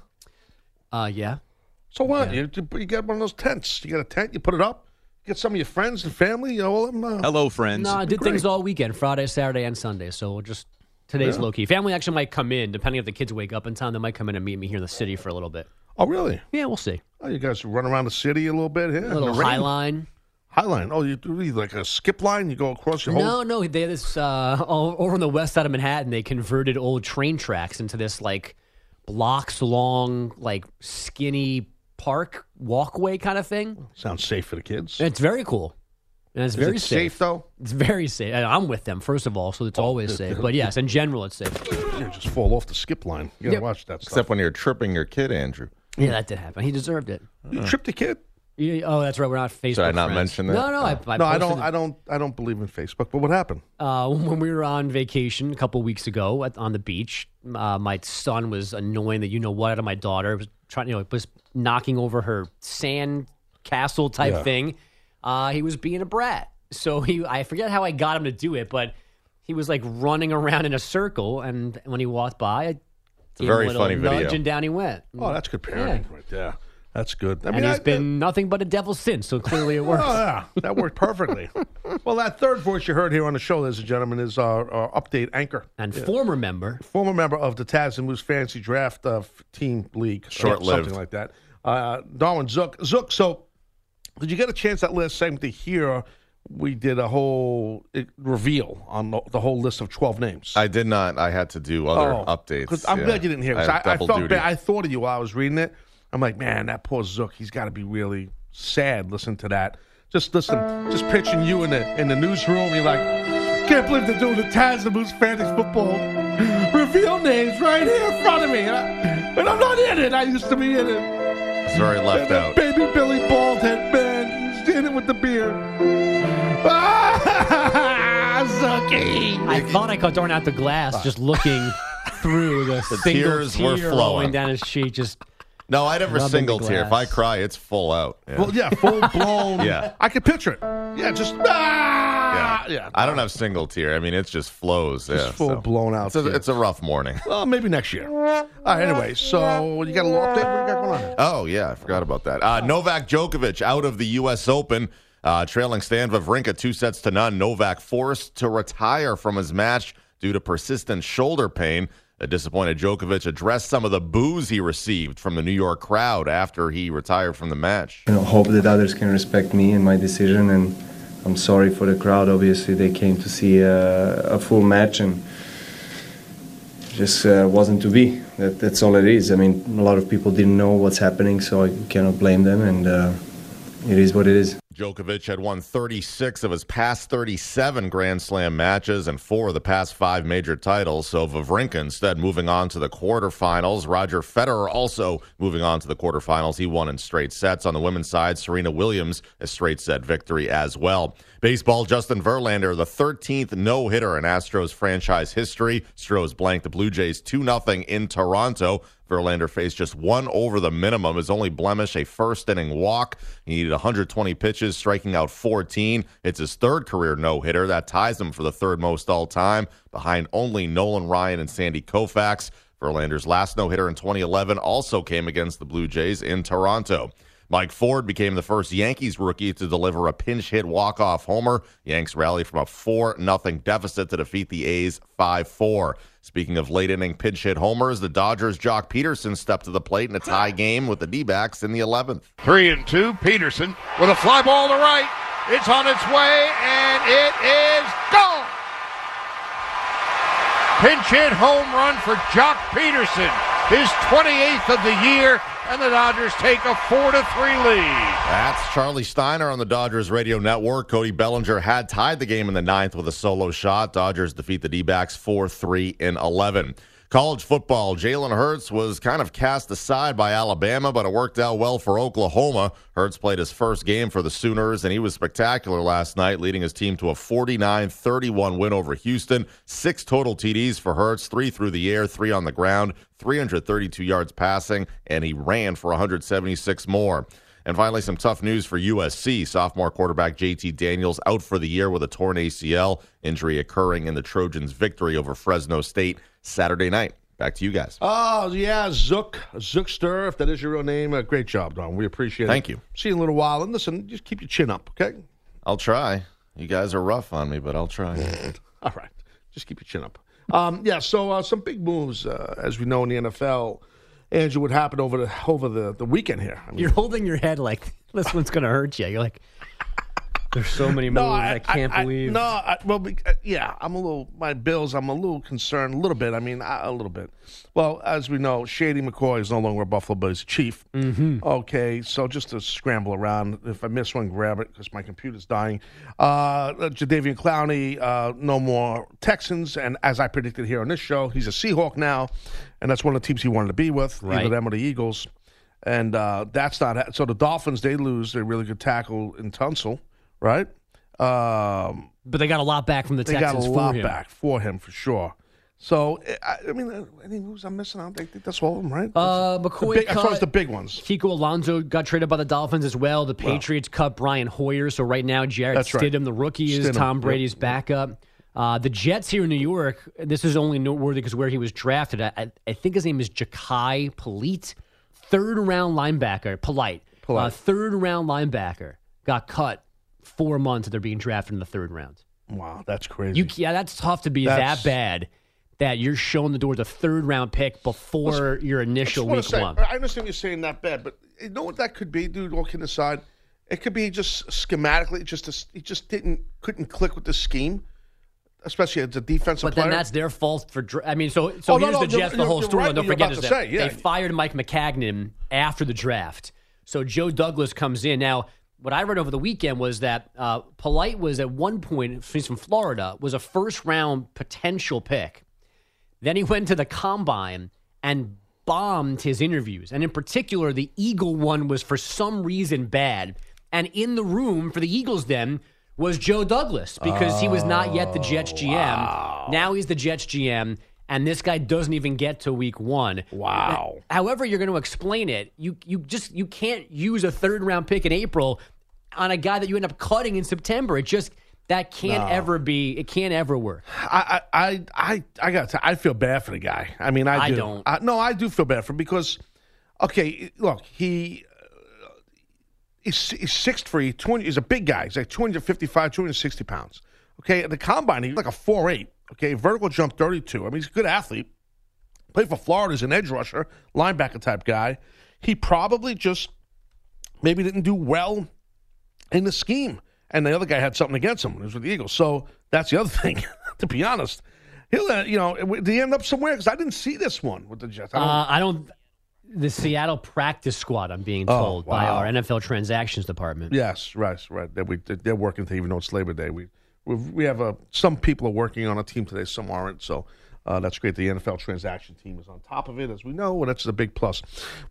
[SPEAKER 5] uh, yeah.
[SPEAKER 3] So what? You, you, you got one of those tents. You got a tent, you put it up, get some of your friends and family. You know, all them, uh,
[SPEAKER 9] Hello, friends.
[SPEAKER 5] No, I did
[SPEAKER 3] great.
[SPEAKER 5] things all weekend, Friday, Saturday, and Sunday. So we'll just today's low key. Family actually might come in, depending if the kids wake up in time. They might come in and meet me here in the city for a little bit.
[SPEAKER 3] Oh, really?
[SPEAKER 5] Yeah, we'll see.
[SPEAKER 3] Oh, you guys run around the city a little bit here?
[SPEAKER 5] A little high line.
[SPEAKER 3] High line. Oh, you do you like a skip line? You go across your whole.
[SPEAKER 5] No, no, they had this uh, all, over on the west side of Manhattan. They converted old train tracks into this like blocks long, like skinny park walkway kind of thing.
[SPEAKER 3] Sounds safe for the kids.
[SPEAKER 5] And it's very cool. And it's
[SPEAKER 3] Is
[SPEAKER 5] very
[SPEAKER 3] it safe, Oh. though.
[SPEAKER 5] It's very safe. And I'm with them, first of all, so it's always safe. But yes, in general, it's safe.
[SPEAKER 3] You just fall off the skip line. You gotta
[SPEAKER 5] Yep.
[SPEAKER 3] watch that stuff.
[SPEAKER 9] Except when you're tripping your kid, Andrew.
[SPEAKER 5] Yeah, that did happen. He deserved it.
[SPEAKER 3] you tripped a kid.
[SPEAKER 5] You- oh, that's right. We're not Facebook.
[SPEAKER 9] Should I not
[SPEAKER 5] friends.
[SPEAKER 9] mention that?
[SPEAKER 5] No, no. I, I
[SPEAKER 3] no, I
[SPEAKER 5] posted
[SPEAKER 3] don't. I don't. I don't believe in Facebook. But what happened?
[SPEAKER 5] uh, when we were on vacation a couple weeks ago at, on the beach, uh, my son was annoying the you know what out of my daughter. Was trying, you know, was knocking over her sand castle type thing. Uh, he was being a brat. So he, I forget how I got him to do it, but he was like running around in a circle. And when he walked by, I
[SPEAKER 9] a
[SPEAKER 5] gave
[SPEAKER 9] very
[SPEAKER 5] him a little
[SPEAKER 9] funny
[SPEAKER 5] nudge,
[SPEAKER 9] video.
[SPEAKER 5] and down he went.
[SPEAKER 3] Oh, that's good parenting right there. That's good. I
[SPEAKER 5] and
[SPEAKER 3] I- uh,
[SPEAKER 5] he's been nothing but a devil since. So
[SPEAKER 3] [LAUGHS]
[SPEAKER 5] clearly it works.
[SPEAKER 3] Oh, yeah. That worked perfectly.
[SPEAKER 5] [LAUGHS]
[SPEAKER 3] well, that third voice you heard here on the show, ladies and gentlemen, is our, our update anchor,
[SPEAKER 5] and former member
[SPEAKER 3] former member of the Taz and Moose Fantasy Draft uh, f- Team League, or
[SPEAKER 9] Short-lived.
[SPEAKER 3] something like that. Uh, Darwin Zook, Zook. So, did you get a chance that last segment to hear? uh, We did a whole uh, reveal on the, the whole list of twelve names.
[SPEAKER 9] I did not. I had to do other
[SPEAKER 3] Oh,
[SPEAKER 9] updates.
[SPEAKER 3] 'cause I'm
[SPEAKER 9] yeah.
[SPEAKER 3] glad you didn't hear. 'cause
[SPEAKER 9] I,
[SPEAKER 3] I,
[SPEAKER 9] had
[SPEAKER 3] I
[SPEAKER 9] double
[SPEAKER 3] felt
[SPEAKER 9] duty.
[SPEAKER 3] bad. I thought of you while I was reading it. I'm like, man, that poor Zook. He's got to be really sad. Listen to that. Just listen. Just picturing you in the in the newsroom. You're like, can't believe they're doing the Taz and Moose fantasy football reveal names right here in front of me. And, I, and I'm not in it. I used to be in it.
[SPEAKER 9] It's very left
[SPEAKER 3] And
[SPEAKER 9] out.
[SPEAKER 3] Baby Billy Baldhead, man. He's in it with the beard. Ah, Zookie. Ah, [LAUGHS]
[SPEAKER 5] [LAUGHS] I thought I caught Darn out the glass just looking through the,
[SPEAKER 9] The
[SPEAKER 5] single
[SPEAKER 9] tears
[SPEAKER 5] tear
[SPEAKER 9] were
[SPEAKER 5] rolling
[SPEAKER 9] flowing.
[SPEAKER 5] down his cheek. Just
[SPEAKER 9] No, I never
[SPEAKER 5] Rubbing the
[SPEAKER 9] single tear. If I
[SPEAKER 5] glass.
[SPEAKER 9] cry, it's full out. Yeah.
[SPEAKER 3] Well, yeah, full blown.
[SPEAKER 9] [LAUGHS] Yeah.
[SPEAKER 3] I could picture it. Yeah, just ah!
[SPEAKER 9] Yeah. I don't have single tear. I mean, it just flows.
[SPEAKER 3] Just
[SPEAKER 9] yeah,
[SPEAKER 3] full
[SPEAKER 9] so.
[SPEAKER 3] blown out.
[SPEAKER 9] It's a, it's a rough morning.
[SPEAKER 3] well, maybe next year. All right. Anyway, so you got a little update. What you got going on?
[SPEAKER 9] Oh yeah, I forgot about that. Uh, Novak Djokovic out of the U.S. Open, uh, trailing Stan Wawrinka two sets to none. Novak forced to retire from his match due to persistent shoulder pain. A disappointed Djokovic addressed some of the boos he received from the New York crowd after he retired from the match.
[SPEAKER 10] you know, hope that others can respect me and my decision. And I'm sorry for the crowd. Obviously, they came to see uh, a full match, and it just uh, wasn't to be. That, that's all it is. I mean, a lot of people didn't know what's happening, so I cannot blame them. And uh, it is what it is.
[SPEAKER 9] Djokovic had won 36 of his past 37 Grand Slam matches and four of the past five major titles. So Vavrinka instead moving on to the quarterfinals. Roger Federer also moving on to the quarterfinals. He won in straight sets. On the women's side, Serena Williams a straight set victory as well. Baseball, Justin Verlander, the 13th no hitter in Astros franchise history. Stros blanked the Blue Jays 2 0 in Toronto. Verlander faced just one over the minimum. His only blemish, a first inning walk. He needed 120 pitches, striking out 14. It's his third career no hitter. That ties him for the third most all time, behind only Nolan Ryan and Sandy Koufax. Verlander's last no hitter in 2011 also came against the Blue Jays in Toronto. Mike Ford became the first Yankees rookie to deliver a pinch hit walk off homer. Yanks rally from a 4 0 deficit to defeat the A's 5 4. Speaking of late inning pinch hit homers, the Dodgers' Jock Peterson stepped to the plate in a tie game with the D backs in the 11th.
[SPEAKER 11] Three and two. Peterson with a fly ball to right. It's on its way, and it is gone. Pinch hit home run for Jock Peterson, his 28th of the year, and the Dodgers take a four to three lead.
[SPEAKER 9] That's Charlie Steiner on the Dodgers radio network. Cody Bellinger had tied the game in the ninth with a solo shot. Dodgers defeat the D backs 4 3 in 11. College football, Jalen Hurts was kind of cast aside by Alabama, but it worked out well for Oklahoma. Hurts played his first game for the Sooners, and he was spectacular last night, leading his team to a 49 31 win over Houston. Six total TDs for Hurts, three through the air, three on the ground, 332 yards passing, and he ran for 176 more. And finally, some tough news for USC. Sophomore quarterback JT Daniels out for the year with a torn ACL injury occurring in the Trojans' victory over Fresno State Saturday night. Back to you guys.
[SPEAKER 3] Oh yeah, Zook Zookster, if that is your real name, uh, great job, Don. We appreciate it.
[SPEAKER 9] Thank you.
[SPEAKER 3] See you in a little while, and listen, just keep your chin up, okay?
[SPEAKER 9] I'll try. You guys are rough on me, but I'll try.
[SPEAKER 3] All right, just keep your chin up. Um, yeah, so uh, some big moves, uh, as we know in the NFL, Andrew, would happen over the over the, the weekend here. I mean,
[SPEAKER 5] [LAUGHS] you're holding your head like this one's gonna hurt you. You're like, there's so many moves. I, can't believe.
[SPEAKER 3] no, Oh, I, well, we, uh, yeah, I'm a little my Bills. I'm a little concerned, a little bit. I mean, I, a little bit. Well, as we know, Shady McCoy is no longer a Buffalo Bills chief. Mm-hmm. Okay, so just to scramble around, if I miss one, grab it because my computer's dying. Uh, Jadavian Clowney, uh, no more Texans, and as I predicted here on this show, he's a Seahawk now, and that's one of the teams he wanted to be with,
[SPEAKER 5] Right.
[SPEAKER 3] either them or the Eagles. And uh, that's not ha- so. The Dolphins they lose their really good tackle in Tunsil, right? Um,
[SPEAKER 5] But they got a lot back from the
[SPEAKER 3] they
[SPEAKER 5] Texans
[SPEAKER 3] got a
[SPEAKER 5] for
[SPEAKER 3] lot
[SPEAKER 5] him.
[SPEAKER 3] back for him for sure. So I, I mean, uh, any moves I'm missing? I don't think that's all of them, right?
[SPEAKER 5] Uh,
[SPEAKER 3] The
[SPEAKER 5] McCoy
[SPEAKER 3] big, as far
[SPEAKER 5] caught-
[SPEAKER 3] as the big ones,
[SPEAKER 5] Kiko Alonso got traded by the Dolphins as well. The Patriots cut Brian Hoyer, so right now Jared
[SPEAKER 3] That's right.
[SPEAKER 5] Stidham, the rookie, is
[SPEAKER 3] Stidham,
[SPEAKER 5] Tom
[SPEAKER 3] yep.
[SPEAKER 5] Brady's backup. Uh, the Jets here in New York. This is only noteworthy because where he was drafted. I, I- I think his name is Jakai Polite, third round linebacker. Polite,
[SPEAKER 3] Polite.
[SPEAKER 5] Uh, third round linebacker got cut four months after being drafted in the third round.
[SPEAKER 3] wow, that's crazy.
[SPEAKER 5] You yeah, that's tough to be
[SPEAKER 3] That's-
[SPEAKER 5] that bad that you're showing the door the third round pick before your
[SPEAKER 3] I just
[SPEAKER 5] initial
[SPEAKER 3] wanna
[SPEAKER 5] week
[SPEAKER 3] say,
[SPEAKER 5] one.
[SPEAKER 3] I understand you're saying that bad, but you know what that could be, dude. All kidding aside, it could be just schematically, just a, he just didn't couldn't click with the scheme, especially as a defensive
[SPEAKER 5] But
[SPEAKER 3] player.
[SPEAKER 5] then that's their fault for. dr- I mean, so so
[SPEAKER 3] Oh, no,
[SPEAKER 5] here's
[SPEAKER 3] no,
[SPEAKER 5] the
[SPEAKER 3] you're-
[SPEAKER 5] Jets. The
[SPEAKER 3] you're-
[SPEAKER 5] whole
[SPEAKER 3] you're
[SPEAKER 5] story.
[SPEAKER 3] right,
[SPEAKER 5] don't
[SPEAKER 3] you're
[SPEAKER 5] forget
[SPEAKER 3] about
[SPEAKER 5] is
[SPEAKER 3] to
[SPEAKER 5] that
[SPEAKER 3] say, yeah.
[SPEAKER 5] they fired Mike McCagnon after the draft. So Joe Douglas comes in now. What I read over the weekend was that uh, Polite was at one point, he's from Florida, was a first round potential pick. Then he went to the combine and bombed his interviews. And in particular, the Eagle one was for some reason bad. And in the room for the Eagles then was Joe Douglas because he was not yet the Jets GM. Now he's the Jets GM. and this guy doesn't even get to week one.
[SPEAKER 12] Wow.
[SPEAKER 5] However, you're going to explain it, you you just you can't use a third round pick in April on a guy that you end up cutting in September. It just that can't
[SPEAKER 3] No.
[SPEAKER 5] ever be. It can't ever work.
[SPEAKER 3] I I I I, I got. I feel bad for the guy. I mean, I
[SPEAKER 5] I
[SPEAKER 3] do.
[SPEAKER 5] don't.
[SPEAKER 3] no, I do feel bad for him because, okay, look, he. uh, He's, he's six three, 20, he's a big guy. He's like 255, 260 pounds. Okay, at the combine, he's like a four eight. Okay, vertical jump 32. I mean, he's a good athlete. Played for Florida as an edge rusher, linebacker type guy. He probably just maybe didn't do well in the scheme. And the other guy had something against him. It was with the Eagles. So that's the other [LAUGHS] thing, to be honest. He'll, uh, you know, did he end up somewhere? Because I didn't see this one with the Jets. I don't-
[SPEAKER 5] Uh, I don't. The Seattle practice squad. I'm being
[SPEAKER 3] Oh,
[SPEAKER 5] told by
[SPEAKER 3] wow.
[SPEAKER 5] our NFL transactions department.
[SPEAKER 3] yes, right, right. That we they're working. To, even though it's Labor Day, we we we have a some people are working on a team today, some aren't. So. Uh, that's great. The NFL transaction team is on top of it, as we know. Well, that's a big plus.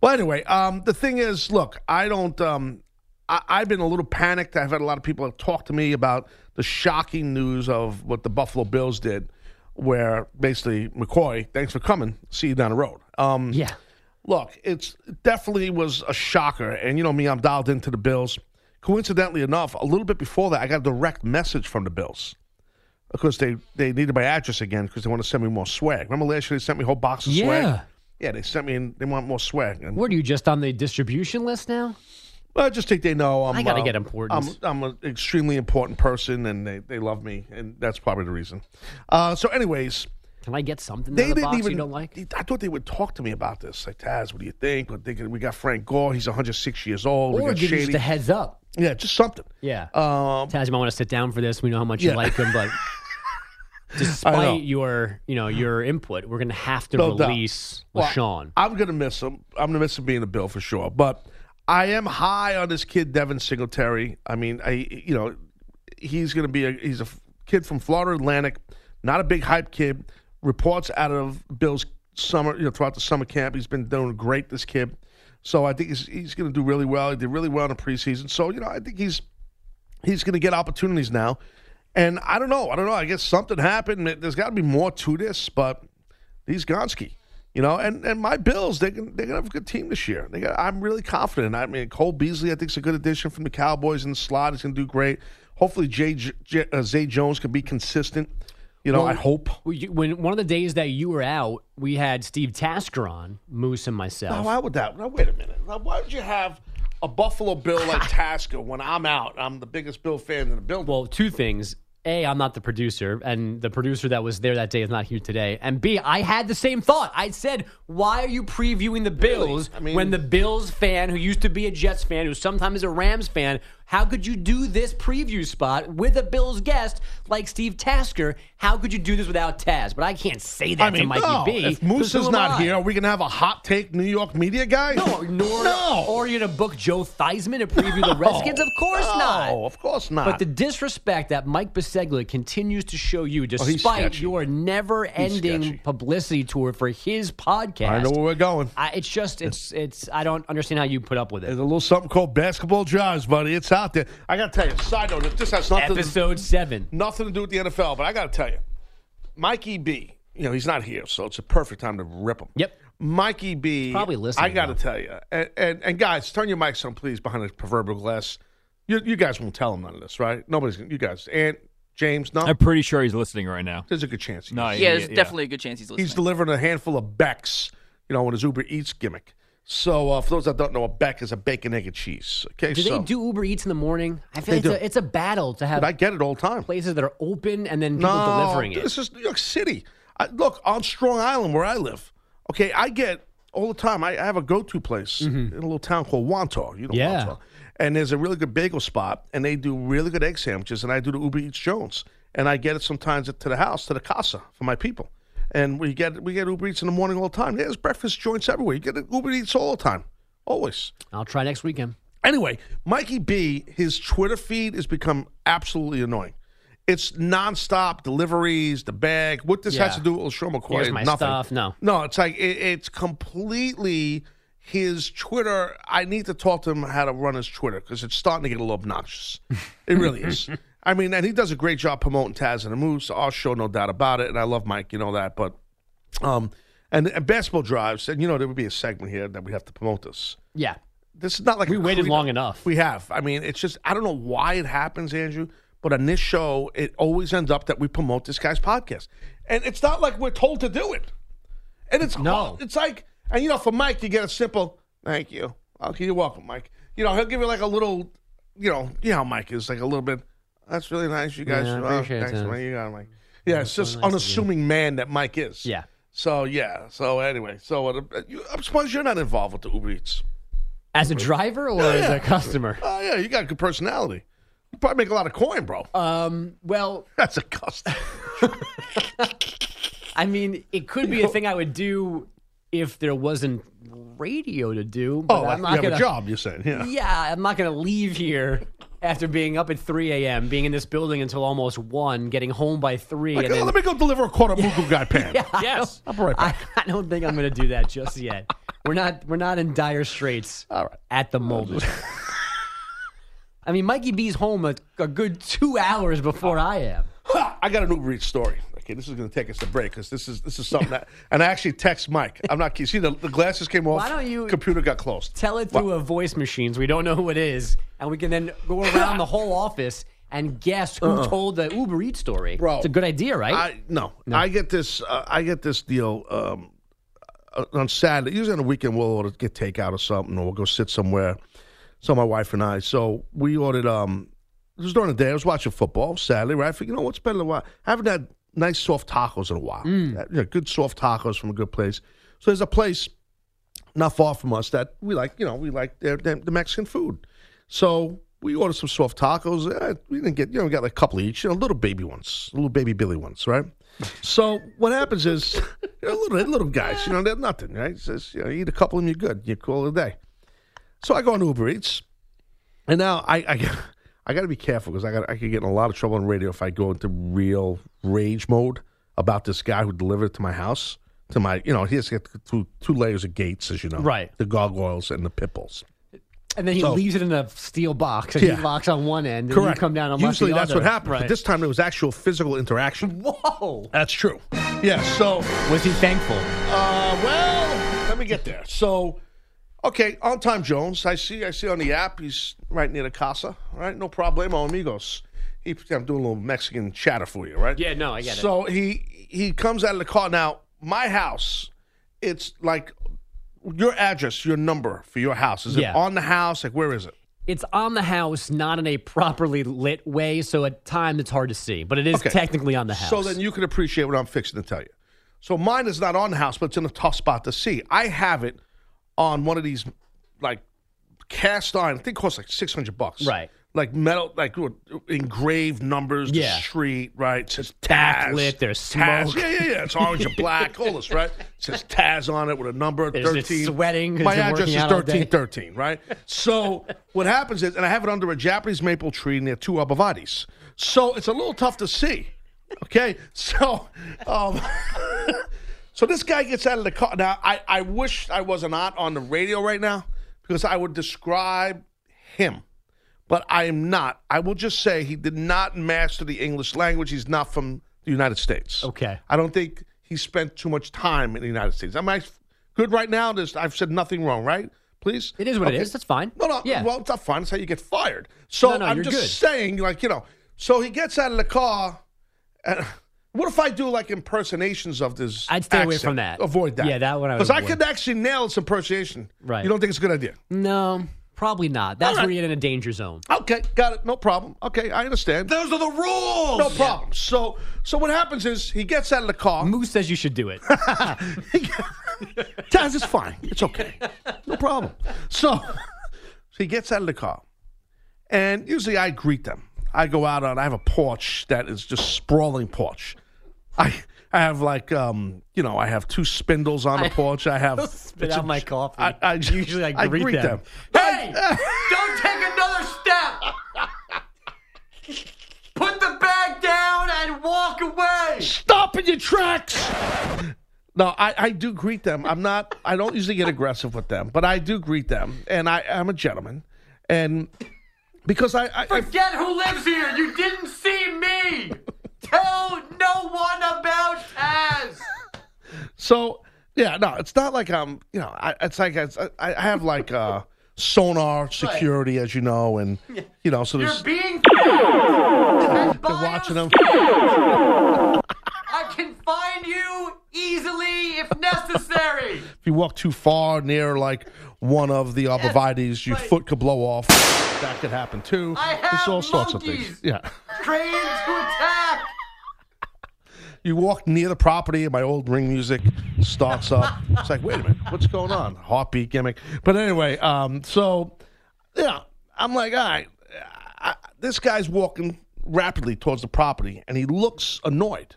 [SPEAKER 3] Well, anyway, um, the thing is, look, I don't. Um, I, I've been a little panicked. I've had a lot of people talk to me about the shocking news of what the Buffalo Bills did, where basically McCoy, thanks for coming. See you down the road. Um,
[SPEAKER 5] yeah.
[SPEAKER 3] Look, it's it definitely was a shocker, and you know me, I'm dialed into the Bills. Coincidentally enough, a little bit before that, I got a direct message from the Bills. Of course, they they needed my address again because they want to send me more swag. Remember last year they sent me a whole box of swag.
[SPEAKER 5] Yeah.
[SPEAKER 3] Yeah, they sent me. and They want more swag. And
[SPEAKER 5] What are you just on the distribution list now?
[SPEAKER 3] well, I just think they know I'm.
[SPEAKER 5] I gotta
[SPEAKER 3] uh,
[SPEAKER 5] get importance.
[SPEAKER 3] I'm, I'm an extremely important person, and they, they love me, and that's probably the reason. Uh, so, anyways,
[SPEAKER 5] can I get something? out of the box you don't like?
[SPEAKER 3] I thought they would talk to me about this. Like Taz, what do you think? We're thinking we got Frank Gore. He's 106 years old. we
[SPEAKER 5] Or
[SPEAKER 3] got
[SPEAKER 5] give you
[SPEAKER 3] Shady.
[SPEAKER 5] just a heads up.
[SPEAKER 3] Yeah, just something.
[SPEAKER 5] Yeah.
[SPEAKER 3] Um,
[SPEAKER 5] Taz, you might want to sit down for this. We know how much
[SPEAKER 3] Yeah.
[SPEAKER 5] you like
[SPEAKER 3] [LAUGHS]
[SPEAKER 5] him, but
[SPEAKER 3] know.
[SPEAKER 5] despite your, you know, your input, we're going to have to
[SPEAKER 3] No doubt.
[SPEAKER 5] release
[SPEAKER 3] Well,
[SPEAKER 5] LaShawn.
[SPEAKER 3] I'm gonna miss him. I'm gonna miss him being a Bill for sure. But I am high on this kid Devin Singletary. I mean, I you know, he's gonna be a he's a f- kid from Florida Atlantic, not a big hype kid. Reports out of Bill's summer, you know, throughout the summer camp, he's been doing great. This kid, so I think he's he's gonna do really well. He did really well in the preseason. So you know, I think he's he's going to get opportunities now. And I don't know. I don't know. I guess something happened. There's got to be more to this, but he's Gonski, you know. And and my Bills, they can, they're going to have a good team this year. They got, I'm really confident. I mean, Cole Beasley, I think, is a good addition from the Cowboys in the slot. He's going to do great. Hopefully, Jay, J, uh, Zay Jones can be consistent. You know,
[SPEAKER 5] Well,
[SPEAKER 3] I hope.
[SPEAKER 5] we- When one of the days that you were out, we had Steve Tasker on, Moose and
[SPEAKER 3] Now,
[SPEAKER 5] myself.
[SPEAKER 3] why would that? Now, wait a minute. Now, why would you have a Buffalo Bill like Tasker when I'm out? I'm the biggest Bill fan in the building.
[SPEAKER 5] Well, two things. A, I'm not the producer, and the producer that was there that day is not here today. And B, I had the same thought. I said, why are you previewing the Bills
[SPEAKER 3] I mean-
[SPEAKER 5] when the Bills fan, who used to be a Jets fan, who sometimes is a Rams fan, how could you do this preview spot with a Bills guest like Steve Tasker? How could you do this without Taz? But I can't say that
[SPEAKER 3] I mean,
[SPEAKER 5] to Mikey
[SPEAKER 3] no.
[SPEAKER 5] B.
[SPEAKER 3] If Moose
[SPEAKER 5] 'cause who
[SPEAKER 3] is
[SPEAKER 5] am
[SPEAKER 3] not
[SPEAKER 5] I?
[SPEAKER 3] here, are we gonna have a hot take New York media guy? [LAUGHS]
[SPEAKER 5] No, nor
[SPEAKER 3] No.
[SPEAKER 5] or you're gonna book Joe Theismann to preview the Redskins? Of course
[SPEAKER 3] No,
[SPEAKER 5] not.
[SPEAKER 3] of course not.
[SPEAKER 5] But the disrespect that Mike Biseglia continues to show you,
[SPEAKER 3] Oh, he's
[SPEAKER 5] despite
[SPEAKER 3] sketchy.
[SPEAKER 5] your never-ending publicity tour for his podcast,
[SPEAKER 3] I know where we're going.
[SPEAKER 5] I- it's just it's it's I don't understand how you put up with it.
[SPEAKER 3] There's a little something called basketball drives, buddy. It's out there. I gotta tell you. Side note: This has nothing
[SPEAKER 5] Episode seven.
[SPEAKER 3] nothing to do with the NFL, but I gotta tell you, Mikey B. You know he's not here, so it's a perfect time to rip him. Yep. Mikey B.
[SPEAKER 5] probably listening,
[SPEAKER 3] I gotta tell you, and, and and guys, turn your mics on, please, behind the proverbial glass. You, you guys won't tell him none of this, right? Nobody's. gonna You guys, and James, no.
[SPEAKER 7] I'm pretty sure he's listening right now.
[SPEAKER 3] There's a good chance. He
[SPEAKER 7] no,
[SPEAKER 3] is.
[SPEAKER 7] he-
[SPEAKER 4] Yeah, there's definitely a good chance he's listening.
[SPEAKER 3] He's delivering a handful of Becks, you know, on his Uber Eats gimmick. So, uh, for those that don't know, a Beck is a bacon, egg, and cheese. Okay,
[SPEAKER 5] do
[SPEAKER 3] so
[SPEAKER 5] they do Uber Eats in the morning? I feel
[SPEAKER 3] They
[SPEAKER 5] it's
[SPEAKER 3] do.
[SPEAKER 5] a, it's a battle to have
[SPEAKER 3] But I get it all the time.
[SPEAKER 5] places that are open and then people
[SPEAKER 3] no,
[SPEAKER 5] delivering it.
[SPEAKER 3] This is New York City. I, look, on Strong Island where I live, okay, I get all the time. I, I have a go to place in a little town called Wantaw. You know
[SPEAKER 5] Mm-hmm. Yeah.
[SPEAKER 3] Wantaw. And there's a really good bagel spot, and they do really good egg sandwiches, and I do the Uber Eats Jones. And I get it sometimes to the house, to the casa for my people. And we get we get Uber Eats in the morning all the time. There's breakfast joints everywhere. You get Uber Eats all the time, always.
[SPEAKER 5] I'll try next weekend.
[SPEAKER 3] Anyway, Mikey B, his Twitter feed has become absolutely annoying. It's nonstop deliveries, the bag. What this has
[SPEAKER 5] Yeah.
[SPEAKER 3] to do with LaShawn McCoy?
[SPEAKER 5] Here's my
[SPEAKER 3] nothing.
[SPEAKER 5] stuff. No.
[SPEAKER 3] No, it's like it, it's completely his Twitter. I need to talk to him how to run his Twitter because it's starting to get a little obnoxious. It really is.
[SPEAKER 5] [LAUGHS]
[SPEAKER 3] I mean, and he does a great job promoting Taz and the Moose, our show, no doubt about it. And I love Mike, you know that. But Um, and, and basketball drives, and you know there would be a segment here that we have to promote this.
[SPEAKER 5] Yeah.
[SPEAKER 3] This is not like
[SPEAKER 5] we waited long enough.
[SPEAKER 3] We have. I mean, it's just I don't know why it happens, Andrew. But on this show, it always ends up that we promote this guy's podcast, and it's not like we're told to do it. And it's no. It's like, and you know, for Mike, you get a simple "thank you." Okay, you're welcome, Mike. You know, he'll give you like a little, you know, you know, how Mike is like a little bit. That's really nice, you guys.
[SPEAKER 5] Yeah, I
[SPEAKER 3] uh,
[SPEAKER 5] appreciate
[SPEAKER 3] thanks,
[SPEAKER 5] that.
[SPEAKER 3] Mike. You got it, Mike. Yeah, it's
[SPEAKER 5] so
[SPEAKER 3] just
[SPEAKER 5] nice of you.
[SPEAKER 3] unassuming man that Mike is.
[SPEAKER 5] Yeah.
[SPEAKER 3] So yeah. So anyway. So uh, you, I'm surprised you're not involved with the Uber Eats.
[SPEAKER 5] As a driver or as a customer?
[SPEAKER 3] Oh yeah, you got a good personality. You probably make a lot of coin, bro.
[SPEAKER 5] [LAUGHS] Um. Well,
[SPEAKER 3] [LAUGHS] that's a
[SPEAKER 5] [LAUGHS]
[SPEAKER 3] customer.
[SPEAKER 5] I mean, it could be a thing I would do if there wasn't radio to do. But
[SPEAKER 3] Oh, like
[SPEAKER 5] I'm
[SPEAKER 3] you
[SPEAKER 5] not
[SPEAKER 3] have
[SPEAKER 5] gonna,
[SPEAKER 3] a job. You're saying, yeah.
[SPEAKER 5] Yeah. I'm not going to leave here after being up at 3 a.m., being in this building until almost 1, getting home by 3.
[SPEAKER 3] Like,
[SPEAKER 5] and
[SPEAKER 3] oh,
[SPEAKER 5] then,
[SPEAKER 3] let me go deliver a quarter Mugu guy
[SPEAKER 5] [LAUGHS]
[SPEAKER 3] pan.
[SPEAKER 5] yes.
[SPEAKER 3] I'm right
[SPEAKER 5] back. [LAUGHS] I, don't think I'm going to do that just yet. We're not we're not in dire straits at the
[SPEAKER 3] [LAUGHS]
[SPEAKER 5] moment. I mean, Mikey B's home a, a good two hours before I am.
[SPEAKER 3] Ha! [LAUGHS] I got an Uber Eats story. Okay, this is going to take us to break because this is this is something that. And I actually text Mike. I'm not. kidding. See, the, the glasses came off.
[SPEAKER 5] Why don't you-
[SPEAKER 3] Computer got closed.
[SPEAKER 5] Tell it through a voice machine so we don't know who it is, and we can then go around the whole office and guess who
[SPEAKER 3] Uh-uh.
[SPEAKER 5] told the Uber Eats story.
[SPEAKER 3] Bro,
[SPEAKER 5] it's a good idea, right?
[SPEAKER 3] I no. I get this. Uh, I get this deal um, uh, on Saturday. Usually on the weekend we'll order, get takeout or something, or we'll go sit somewhere. So my wife and I. So we ordered. Um, it was during the day. I was watching football Saturday. Right. I figured, you know what's better than what I haven't had nice soft tacos in a while. That- you know, good soft tacos from a good place. So there's a place not far from us that we like. You know, we like their, their, the Mexican food. So we ordered some soft tacos. Eh, we didn't get, you know, we got like a couple each, you know, little baby ones, little baby Billy ones, right? So what happens is, they're little, they're little guys, you know, they're nothing, right? It's just, you know, you eat a couple of them, you're good, you call it a day. So I go on Uber Eats, and now I I, got- I got to be careful because I got I could get in a lot of trouble on radio if I go into real rage mode about this guy who delivered it to my house to my you know he has to get through two layers of gates as you know
[SPEAKER 5] Right.
[SPEAKER 3] the gargoyles and the pit bulls.
[SPEAKER 5] and then he
[SPEAKER 3] so-
[SPEAKER 5] leaves it in a steel box, and
[SPEAKER 3] Yeah.
[SPEAKER 5] he locks on one end, and
[SPEAKER 3] Correct.
[SPEAKER 5] you come down and lock
[SPEAKER 3] Usually
[SPEAKER 5] the
[SPEAKER 3] that's
[SPEAKER 5] other.
[SPEAKER 3] what happened.
[SPEAKER 5] Right.
[SPEAKER 3] But this time there was actual physical interaction.
[SPEAKER 5] Whoa.
[SPEAKER 3] That's true. Yeah. So
[SPEAKER 5] was he thankful?
[SPEAKER 3] Uh, well, let me get there. So, okay, on time Jones. I see. I see on the app he's right near the casa. All right, no problemo, amigos. He, I'm doing a little Mexican chatter for you, right?
[SPEAKER 5] Yeah, no, I get it.
[SPEAKER 3] So he he comes out of the car. Now my house, it's like your address, your number for your house. Is
[SPEAKER 5] Yeah.
[SPEAKER 3] it on the house? Like where is it?
[SPEAKER 5] It's on the house, not in a properly lit way, so at times it's hard to see, but it is
[SPEAKER 3] Okay.
[SPEAKER 5] technically on the house.
[SPEAKER 3] So then you can appreciate what I'm fixing to tell you. So mine is not on the house, but it's in a tough spot to see. I have it on one of these like cast iron. I think it costs like six hundred bucks.
[SPEAKER 5] Right.
[SPEAKER 3] Like metal, like with engraved numbers,
[SPEAKER 5] Yeah.
[SPEAKER 3] the street, right? It says Taz.
[SPEAKER 5] backlit, there's
[SPEAKER 3] Taz.
[SPEAKER 5] smoke.
[SPEAKER 3] Yeah, yeah, yeah. It's orange and black, all this,
[SPEAKER 5] [LAUGHS]
[SPEAKER 3] right? It says Taz on it with a number,
[SPEAKER 5] There's- it's
[SPEAKER 3] 13.
[SPEAKER 5] sweating 'cause
[SPEAKER 3] My
[SPEAKER 5] you're
[SPEAKER 3] address
[SPEAKER 5] working
[SPEAKER 3] is
[SPEAKER 5] out all day.
[SPEAKER 3] 1313, right? So what happens is, and I have it under a Japanese maple tree near two abavatis. So it's a little tough to see. Okay, [LAUGHS] so um, [LAUGHS] so this guy gets out of the car. Now I, I wish I was not on the radio right now because I would describe him, but I am not. I will just say he did not master the English language. He's not from the United States.
[SPEAKER 5] Okay.
[SPEAKER 3] I don't think he spent too much time in the United States. Am I good right now? There's, I've said nothing wrong, right? Please.
[SPEAKER 5] It is what it is. That's fine.
[SPEAKER 3] No, no.
[SPEAKER 5] Yeah.
[SPEAKER 3] Well, it's not fine. It's how you get fired. So
[SPEAKER 5] No, no,
[SPEAKER 3] I'm
[SPEAKER 5] you're
[SPEAKER 3] just
[SPEAKER 5] good.
[SPEAKER 3] saying, like you know. So he gets out of the car. And [LAUGHS] what if I do like impersonations of this?
[SPEAKER 5] I'd stay away
[SPEAKER 3] accent?
[SPEAKER 5] from that.
[SPEAKER 3] Avoid that.
[SPEAKER 5] Yeah, that one I would
[SPEAKER 3] because I
[SPEAKER 5] avoid.
[SPEAKER 3] could actually nail this impersonation.
[SPEAKER 5] Right.
[SPEAKER 3] You don't think it's a good idea?
[SPEAKER 5] No, probably not. That's
[SPEAKER 3] All right.
[SPEAKER 5] where you're in a danger zone.
[SPEAKER 3] Okay, got it. No problem. Okay, I understand. Those are the rules. No problem. So, so what happens is he gets out of the car.
[SPEAKER 5] Moose says you should do it.
[SPEAKER 3] [LAUGHS] Taz is fine. It's okay. No problem. So, [LAUGHS] so he gets out of the car. And usually I greet them. I go out on I have a porch that is just sprawling porch. I I have like um you know, I have two spindles on the porch. I have
[SPEAKER 5] [LAUGHS] Spit out my coffee.
[SPEAKER 3] I, [LAUGHS] I
[SPEAKER 5] Usually I greet them.
[SPEAKER 3] Hey!
[SPEAKER 11] Don't take another step. Put the bag down and walk away.
[SPEAKER 3] Stop in your tracks. No, I, I do greet them. I'm not. I don't usually get aggressive with them, but I do greet them, and I am a gentleman, and because I, I, I
[SPEAKER 11] Forget who lives here. You didn't see me. Tell no one about Taz.
[SPEAKER 3] So yeah, no, it's not like I'm. You know, I, it's like I, I I have like uh, sonar security, as you know, and you know, so there's
[SPEAKER 11] being
[SPEAKER 3] they're watching them.
[SPEAKER 11] I can find you easily if necessary.
[SPEAKER 3] If you walk too far near like one of the arborvitaes, your foot could blow off. That could happen too.
[SPEAKER 11] I
[SPEAKER 3] There's
[SPEAKER 11] have
[SPEAKER 3] all sorts of things.
[SPEAKER 11] monkeys.
[SPEAKER 3] Yeah.
[SPEAKER 11] Trains to attack.
[SPEAKER 3] You walk near the property, and my old ring music starts up. It's like, wait a minute, what's going on? Heartbeat gimmick. But anyway, um, so yeah, I'm like, all right, I, this guy's walking rapidly towards the property, and he looks annoyed.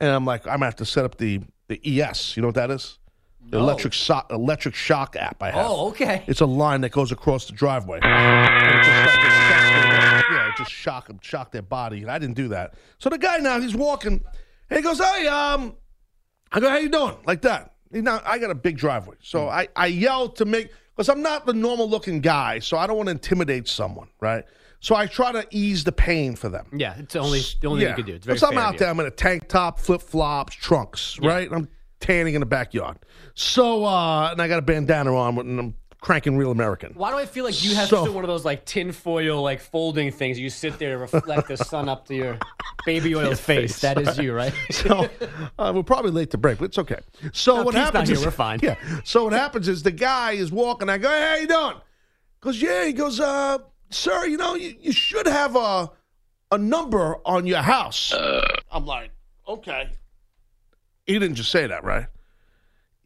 [SPEAKER 3] And I'm like, I'm gonna have to set up the the ES. You know what that is? The
[SPEAKER 5] No.
[SPEAKER 3] electric so- electric shock app I have.
[SPEAKER 5] Oh, okay.
[SPEAKER 3] It's a line that goes across the driveway. And it just, like, just shocks them. yeah, it just shock them, shock their body. And I didn't do that. So the guy now he's walking, and he goes, "Hey, um," I go, "How you doing?" Like that. You know, I got a big driveway, so I I yell to make because I'm not the normal looking guy, so I don't want to intimidate someone, right? So I try to ease the pain for them.
[SPEAKER 5] Yeah, it's the only the only thing you can do. It's very
[SPEAKER 3] Because I'm
[SPEAKER 5] fair of
[SPEAKER 3] out
[SPEAKER 5] you.
[SPEAKER 3] there, I'm in a tank top, flip flops, trunks, right? I'm tanning in the backyard. So, uh, and I got a bandana on, and I'm cranking real American.
[SPEAKER 5] Why do I feel like you have
[SPEAKER 3] So-
[SPEAKER 5] to do one of those like tinfoil like folding things? You sit there and reflect the sun up to your
[SPEAKER 3] [LAUGHS]
[SPEAKER 5] baby oil
[SPEAKER 3] face,
[SPEAKER 5] face. That is you, right?
[SPEAKER 3] [LAUGHS] So uh, we're probably late to break, but it's okay. So
[SPEAKER 5] No,
[SPEAKER 3] what
[SPEAKER 5] Pete's not
[SPEAKER 3] happens?
[SPEAKER 5] here.
[SPEAKER 3] is,
[SPEAKER 5] We're fine.
[SPEAKER 3] [LAUGHS] Yeah. So what happens is the guy is walking. I go, hey, how you doing? Goes, yeah. He goes, uh, sir, you know, you, you should have a a number on your house. I'm like, okay. He didn't just say that, right?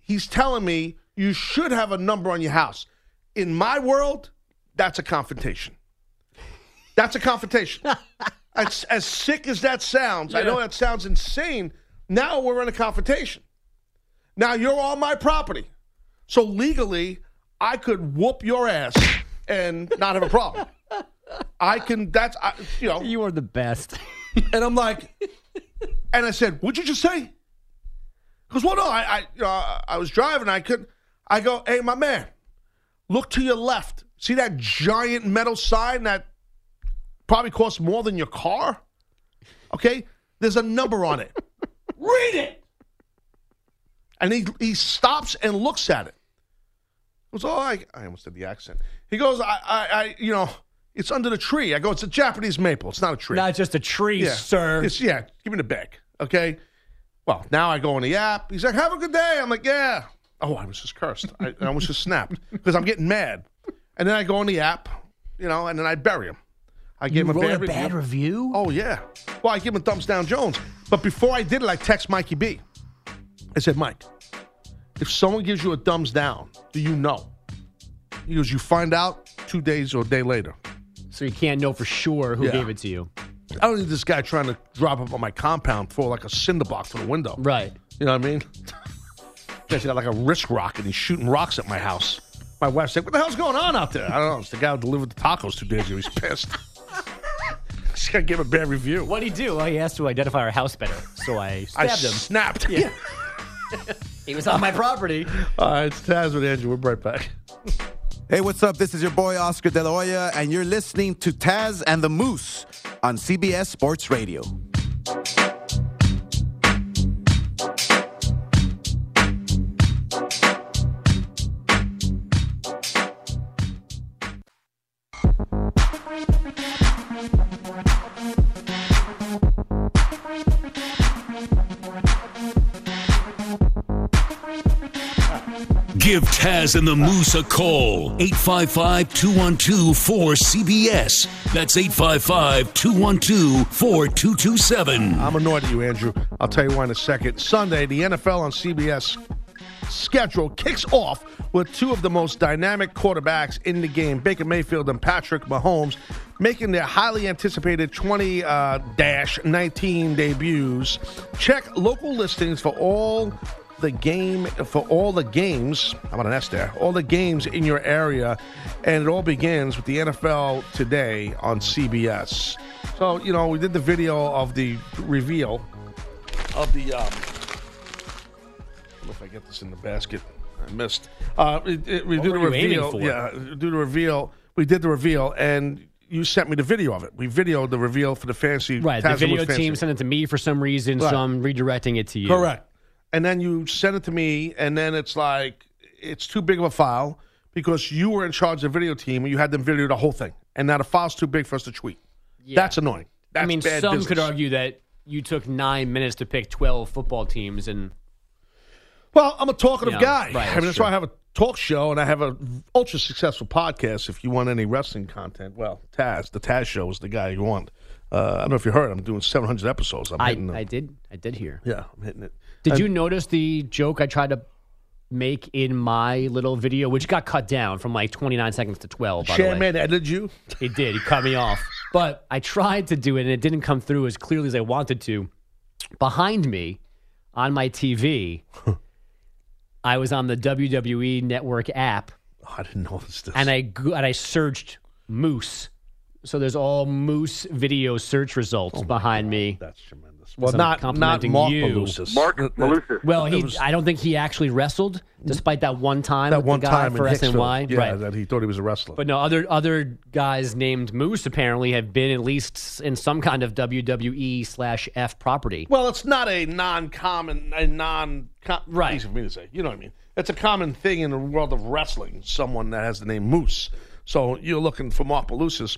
[SPEAKER 3] He's telling me you should have a number on your house. In my world, that's a confrontation. That's a confrontation. as, as sick as that sounds, I know that sounds insane. Now we're in a confrontation. Now you're on my property. So legally, I could whoop your ass and not have a problem. I can, that's, I, you know.
[SPEAKER 5] You are the best.
[SPEAKER 3] [LAUGHS] And I'm like, and I said, "What'd you just say?" Because well, no, I, I, you know, I- I was driving, I couldn't. I go, "Hey, my man, look to your left. See that giant metal sign that probably costs more than your car? Okay, there's a number on it. Read it." And he he stops and looks at it. It was all I, I almost did the accent. He goes, I, I, I, you know, it's under the tree. I go, it's a Japanese maple. It's not a tree.
[SPEAKER 5] Not just a tree,
[SPEAKER 3] Yeah.
[SPEAKER 5] sir.
[SPEAKER 3] It's, yeah, give me the bag. Okay. Well, now I go on the app. He's like, have a good day. I'm like, yeah. Oh, I was just cursed. I, I almost just snapped because I'm getting mad. And then I go on the app, you know, and then I bury him. I give him
[SPEAKER 5] You
[SPEAKER 3] a
[SPEAKER 5] wrote
[SPEAKER 3] bad,
[SPEAKER 5] a bad review.
[SPEAKER 3] Oh, yeah. Well, I give him a thumbs down Jones. But before I did it, I text Mikey B. I said, Mike, if someone gives you a thumbs down, do you know? He goes, you find out two days or a day later.
[SPEAKER 5] So you can't know for sure who
[SPEAKER 3] Yeah.
[SPEAKER 5] gave it to you.
[SPEAKER 3] I don't need this guy trying to drop up on my compound for like a cinder block for the window.
[SPEAKER 5] Right.
[SPEAKER 3] You know what I mean? [LAUGHS] Guy's got like a wrist rock and he's shooting rocks at my house. My wife's like, what the hell's going on out there? I don't know. It's the guy who delivered the tacos two days ago. He's pissed. [LAUGHS] He's going to give a bad review.
[SPEAKER 5] What'd he do? Well, he asked to identify our house better. So I
[SPEAKER 3] [LAUGHS] I
[SPEAKER 5] stabbed him.
[SPEAKER 3] snapped. Yeah.
[SPEAKER 5] He was on my property.
[SPEAKER 3] [LAUGHS] All right, it's Taz with Andrew. We're right back.
[SPEAKER 12] Hey, what's up? This is your boy Oscar De La Hoya, and you're listening to Taz and the Moose on CBS Sports Radio.
[SPEAKER 1] Give Taz and the Moose a call. 855 212 cbs That's 855 212 4227.
[SPEAKER 3] I'm annoyed at you, Andrew. I'll tell you why in a second. Sunday, the NFL on CBS schedule kicks off with two of the most dynamic quarterbacks in the game, Baker Mayfield and Patrick Mahomes, making their highly anticipated 20 uh, 19 debuts. Check local listings for all the game for all the games. I'm on an S there. All the games in your area, and it all begins with the NFL today on CBS. So you know we did the video of the reveal of the. Um, I don't know if I get this in the basket. I missed. Uh, we it, we
[SPEAKER 5] What
[SPEAKER 3] did the
[SPEAKER 5] were you aiming
[SPEAKER 3] reveal.
[SPEAKER 5] for?
[SPEAKER 3] Yeah, do the reveal. We did the reveal, and you sent me the video of it. We videoed the reveal for the fancy.
[SPEAKER 5] Right. The video team sent it to me for some reason,
[SPEAKER 3] Right.
[SPEAKER 5] so I'm redirecting it to you.
[SPEAKER 3] Correct. and then you send it to me, and then it's like it's too big of a file because you were in charge of the video team and you had them video the whole thing, and now the file's too big for us to tweet. That's annoying. That's
[SPEAKER 5] I mean,
[SPEAKER 3] bad
[SPEAKER 5] some
[SPEAKER 3] business.
[SPEAKER 5] could argue that you took nine minutes to pick 12 football teams and.
[SPEAKER 3] Well, I'm a talkative
[SPEAKER 5] Yeah,
[SPEAKER 3] guy.
[SPEAKER 5] right,
[SPEAKER 3] I mean, that's
[SPEAKER 5] sure.
[SPEAKER 3] why I have a talk show and I have a ultra successful podcast. If you want any wrestling content, well, Taz, the Taz show is the guy you want. Uh, I don't know if you heard. I'm doing 700 episodes. I'm
[SPEAKER 5] I,
[SPEAKER 3] hitting them.
[SPEAKER 5] I did. I did hear.
[SPEAKER 3] yeah, I'm hitting it.
[SPEAKER 5] Did
[SPEAKER 3] And-
[SPEAKER 5] you notice the joke I tried to make in my little video, which got cut down from like 29 seconds to 12? By
[SPEAKER 3] Sham
[SPEAKER 5] the way.
[SPEAKER 3] Man edited you.
[SPEAKER 5] It did. He cut me off. But I tried to do it, and it didn't come through as clearly as I wanted to. Behind me on my TV, I was on the WWE Network app,
[SPEAKER 3] I didn't know this.
[SPEAKER 5] and I go- and I searched moose. So there's all moose video search results behind me.
[SPEAKER 3] Oh That's tremendous.
[SPEAKER 11] Well, not- not Mark Malusis. Mark That- that- Malusis.
[SPEAKER 5] Well,
[SPEAKER 11] that
[SPEAKER 5] he,
[SPEAKER 11] was-
[SPEAKER 5] I don't think he actually wrestled, despite that one time.
[SPEAKER 3] that
[SPEAKER 5] with
[SPEAKER 3] one
[SPEAKER 5] the guy
[SPEAKER 3] time
[SPEAKER 5] for
[SPEAKER 3] in Hicksville.
[SPEAKER 5] SNY,
[SPEAKER 3] Yeah,
[SPEAKER 5] right?
[SPEAKER 3] that he thought he was a wrestler.
[SPEAKER 5] But no, other other guys named Moose apparently have been at least in some kind of WWE slash F property.
[SPEAKER 3] Well, it's not a non-common, a non right. Easy for me to say. You know what I mean? It's a common thing in the world of wrestling. Someone that has the name Moose. So you're looking for Mark Malusis.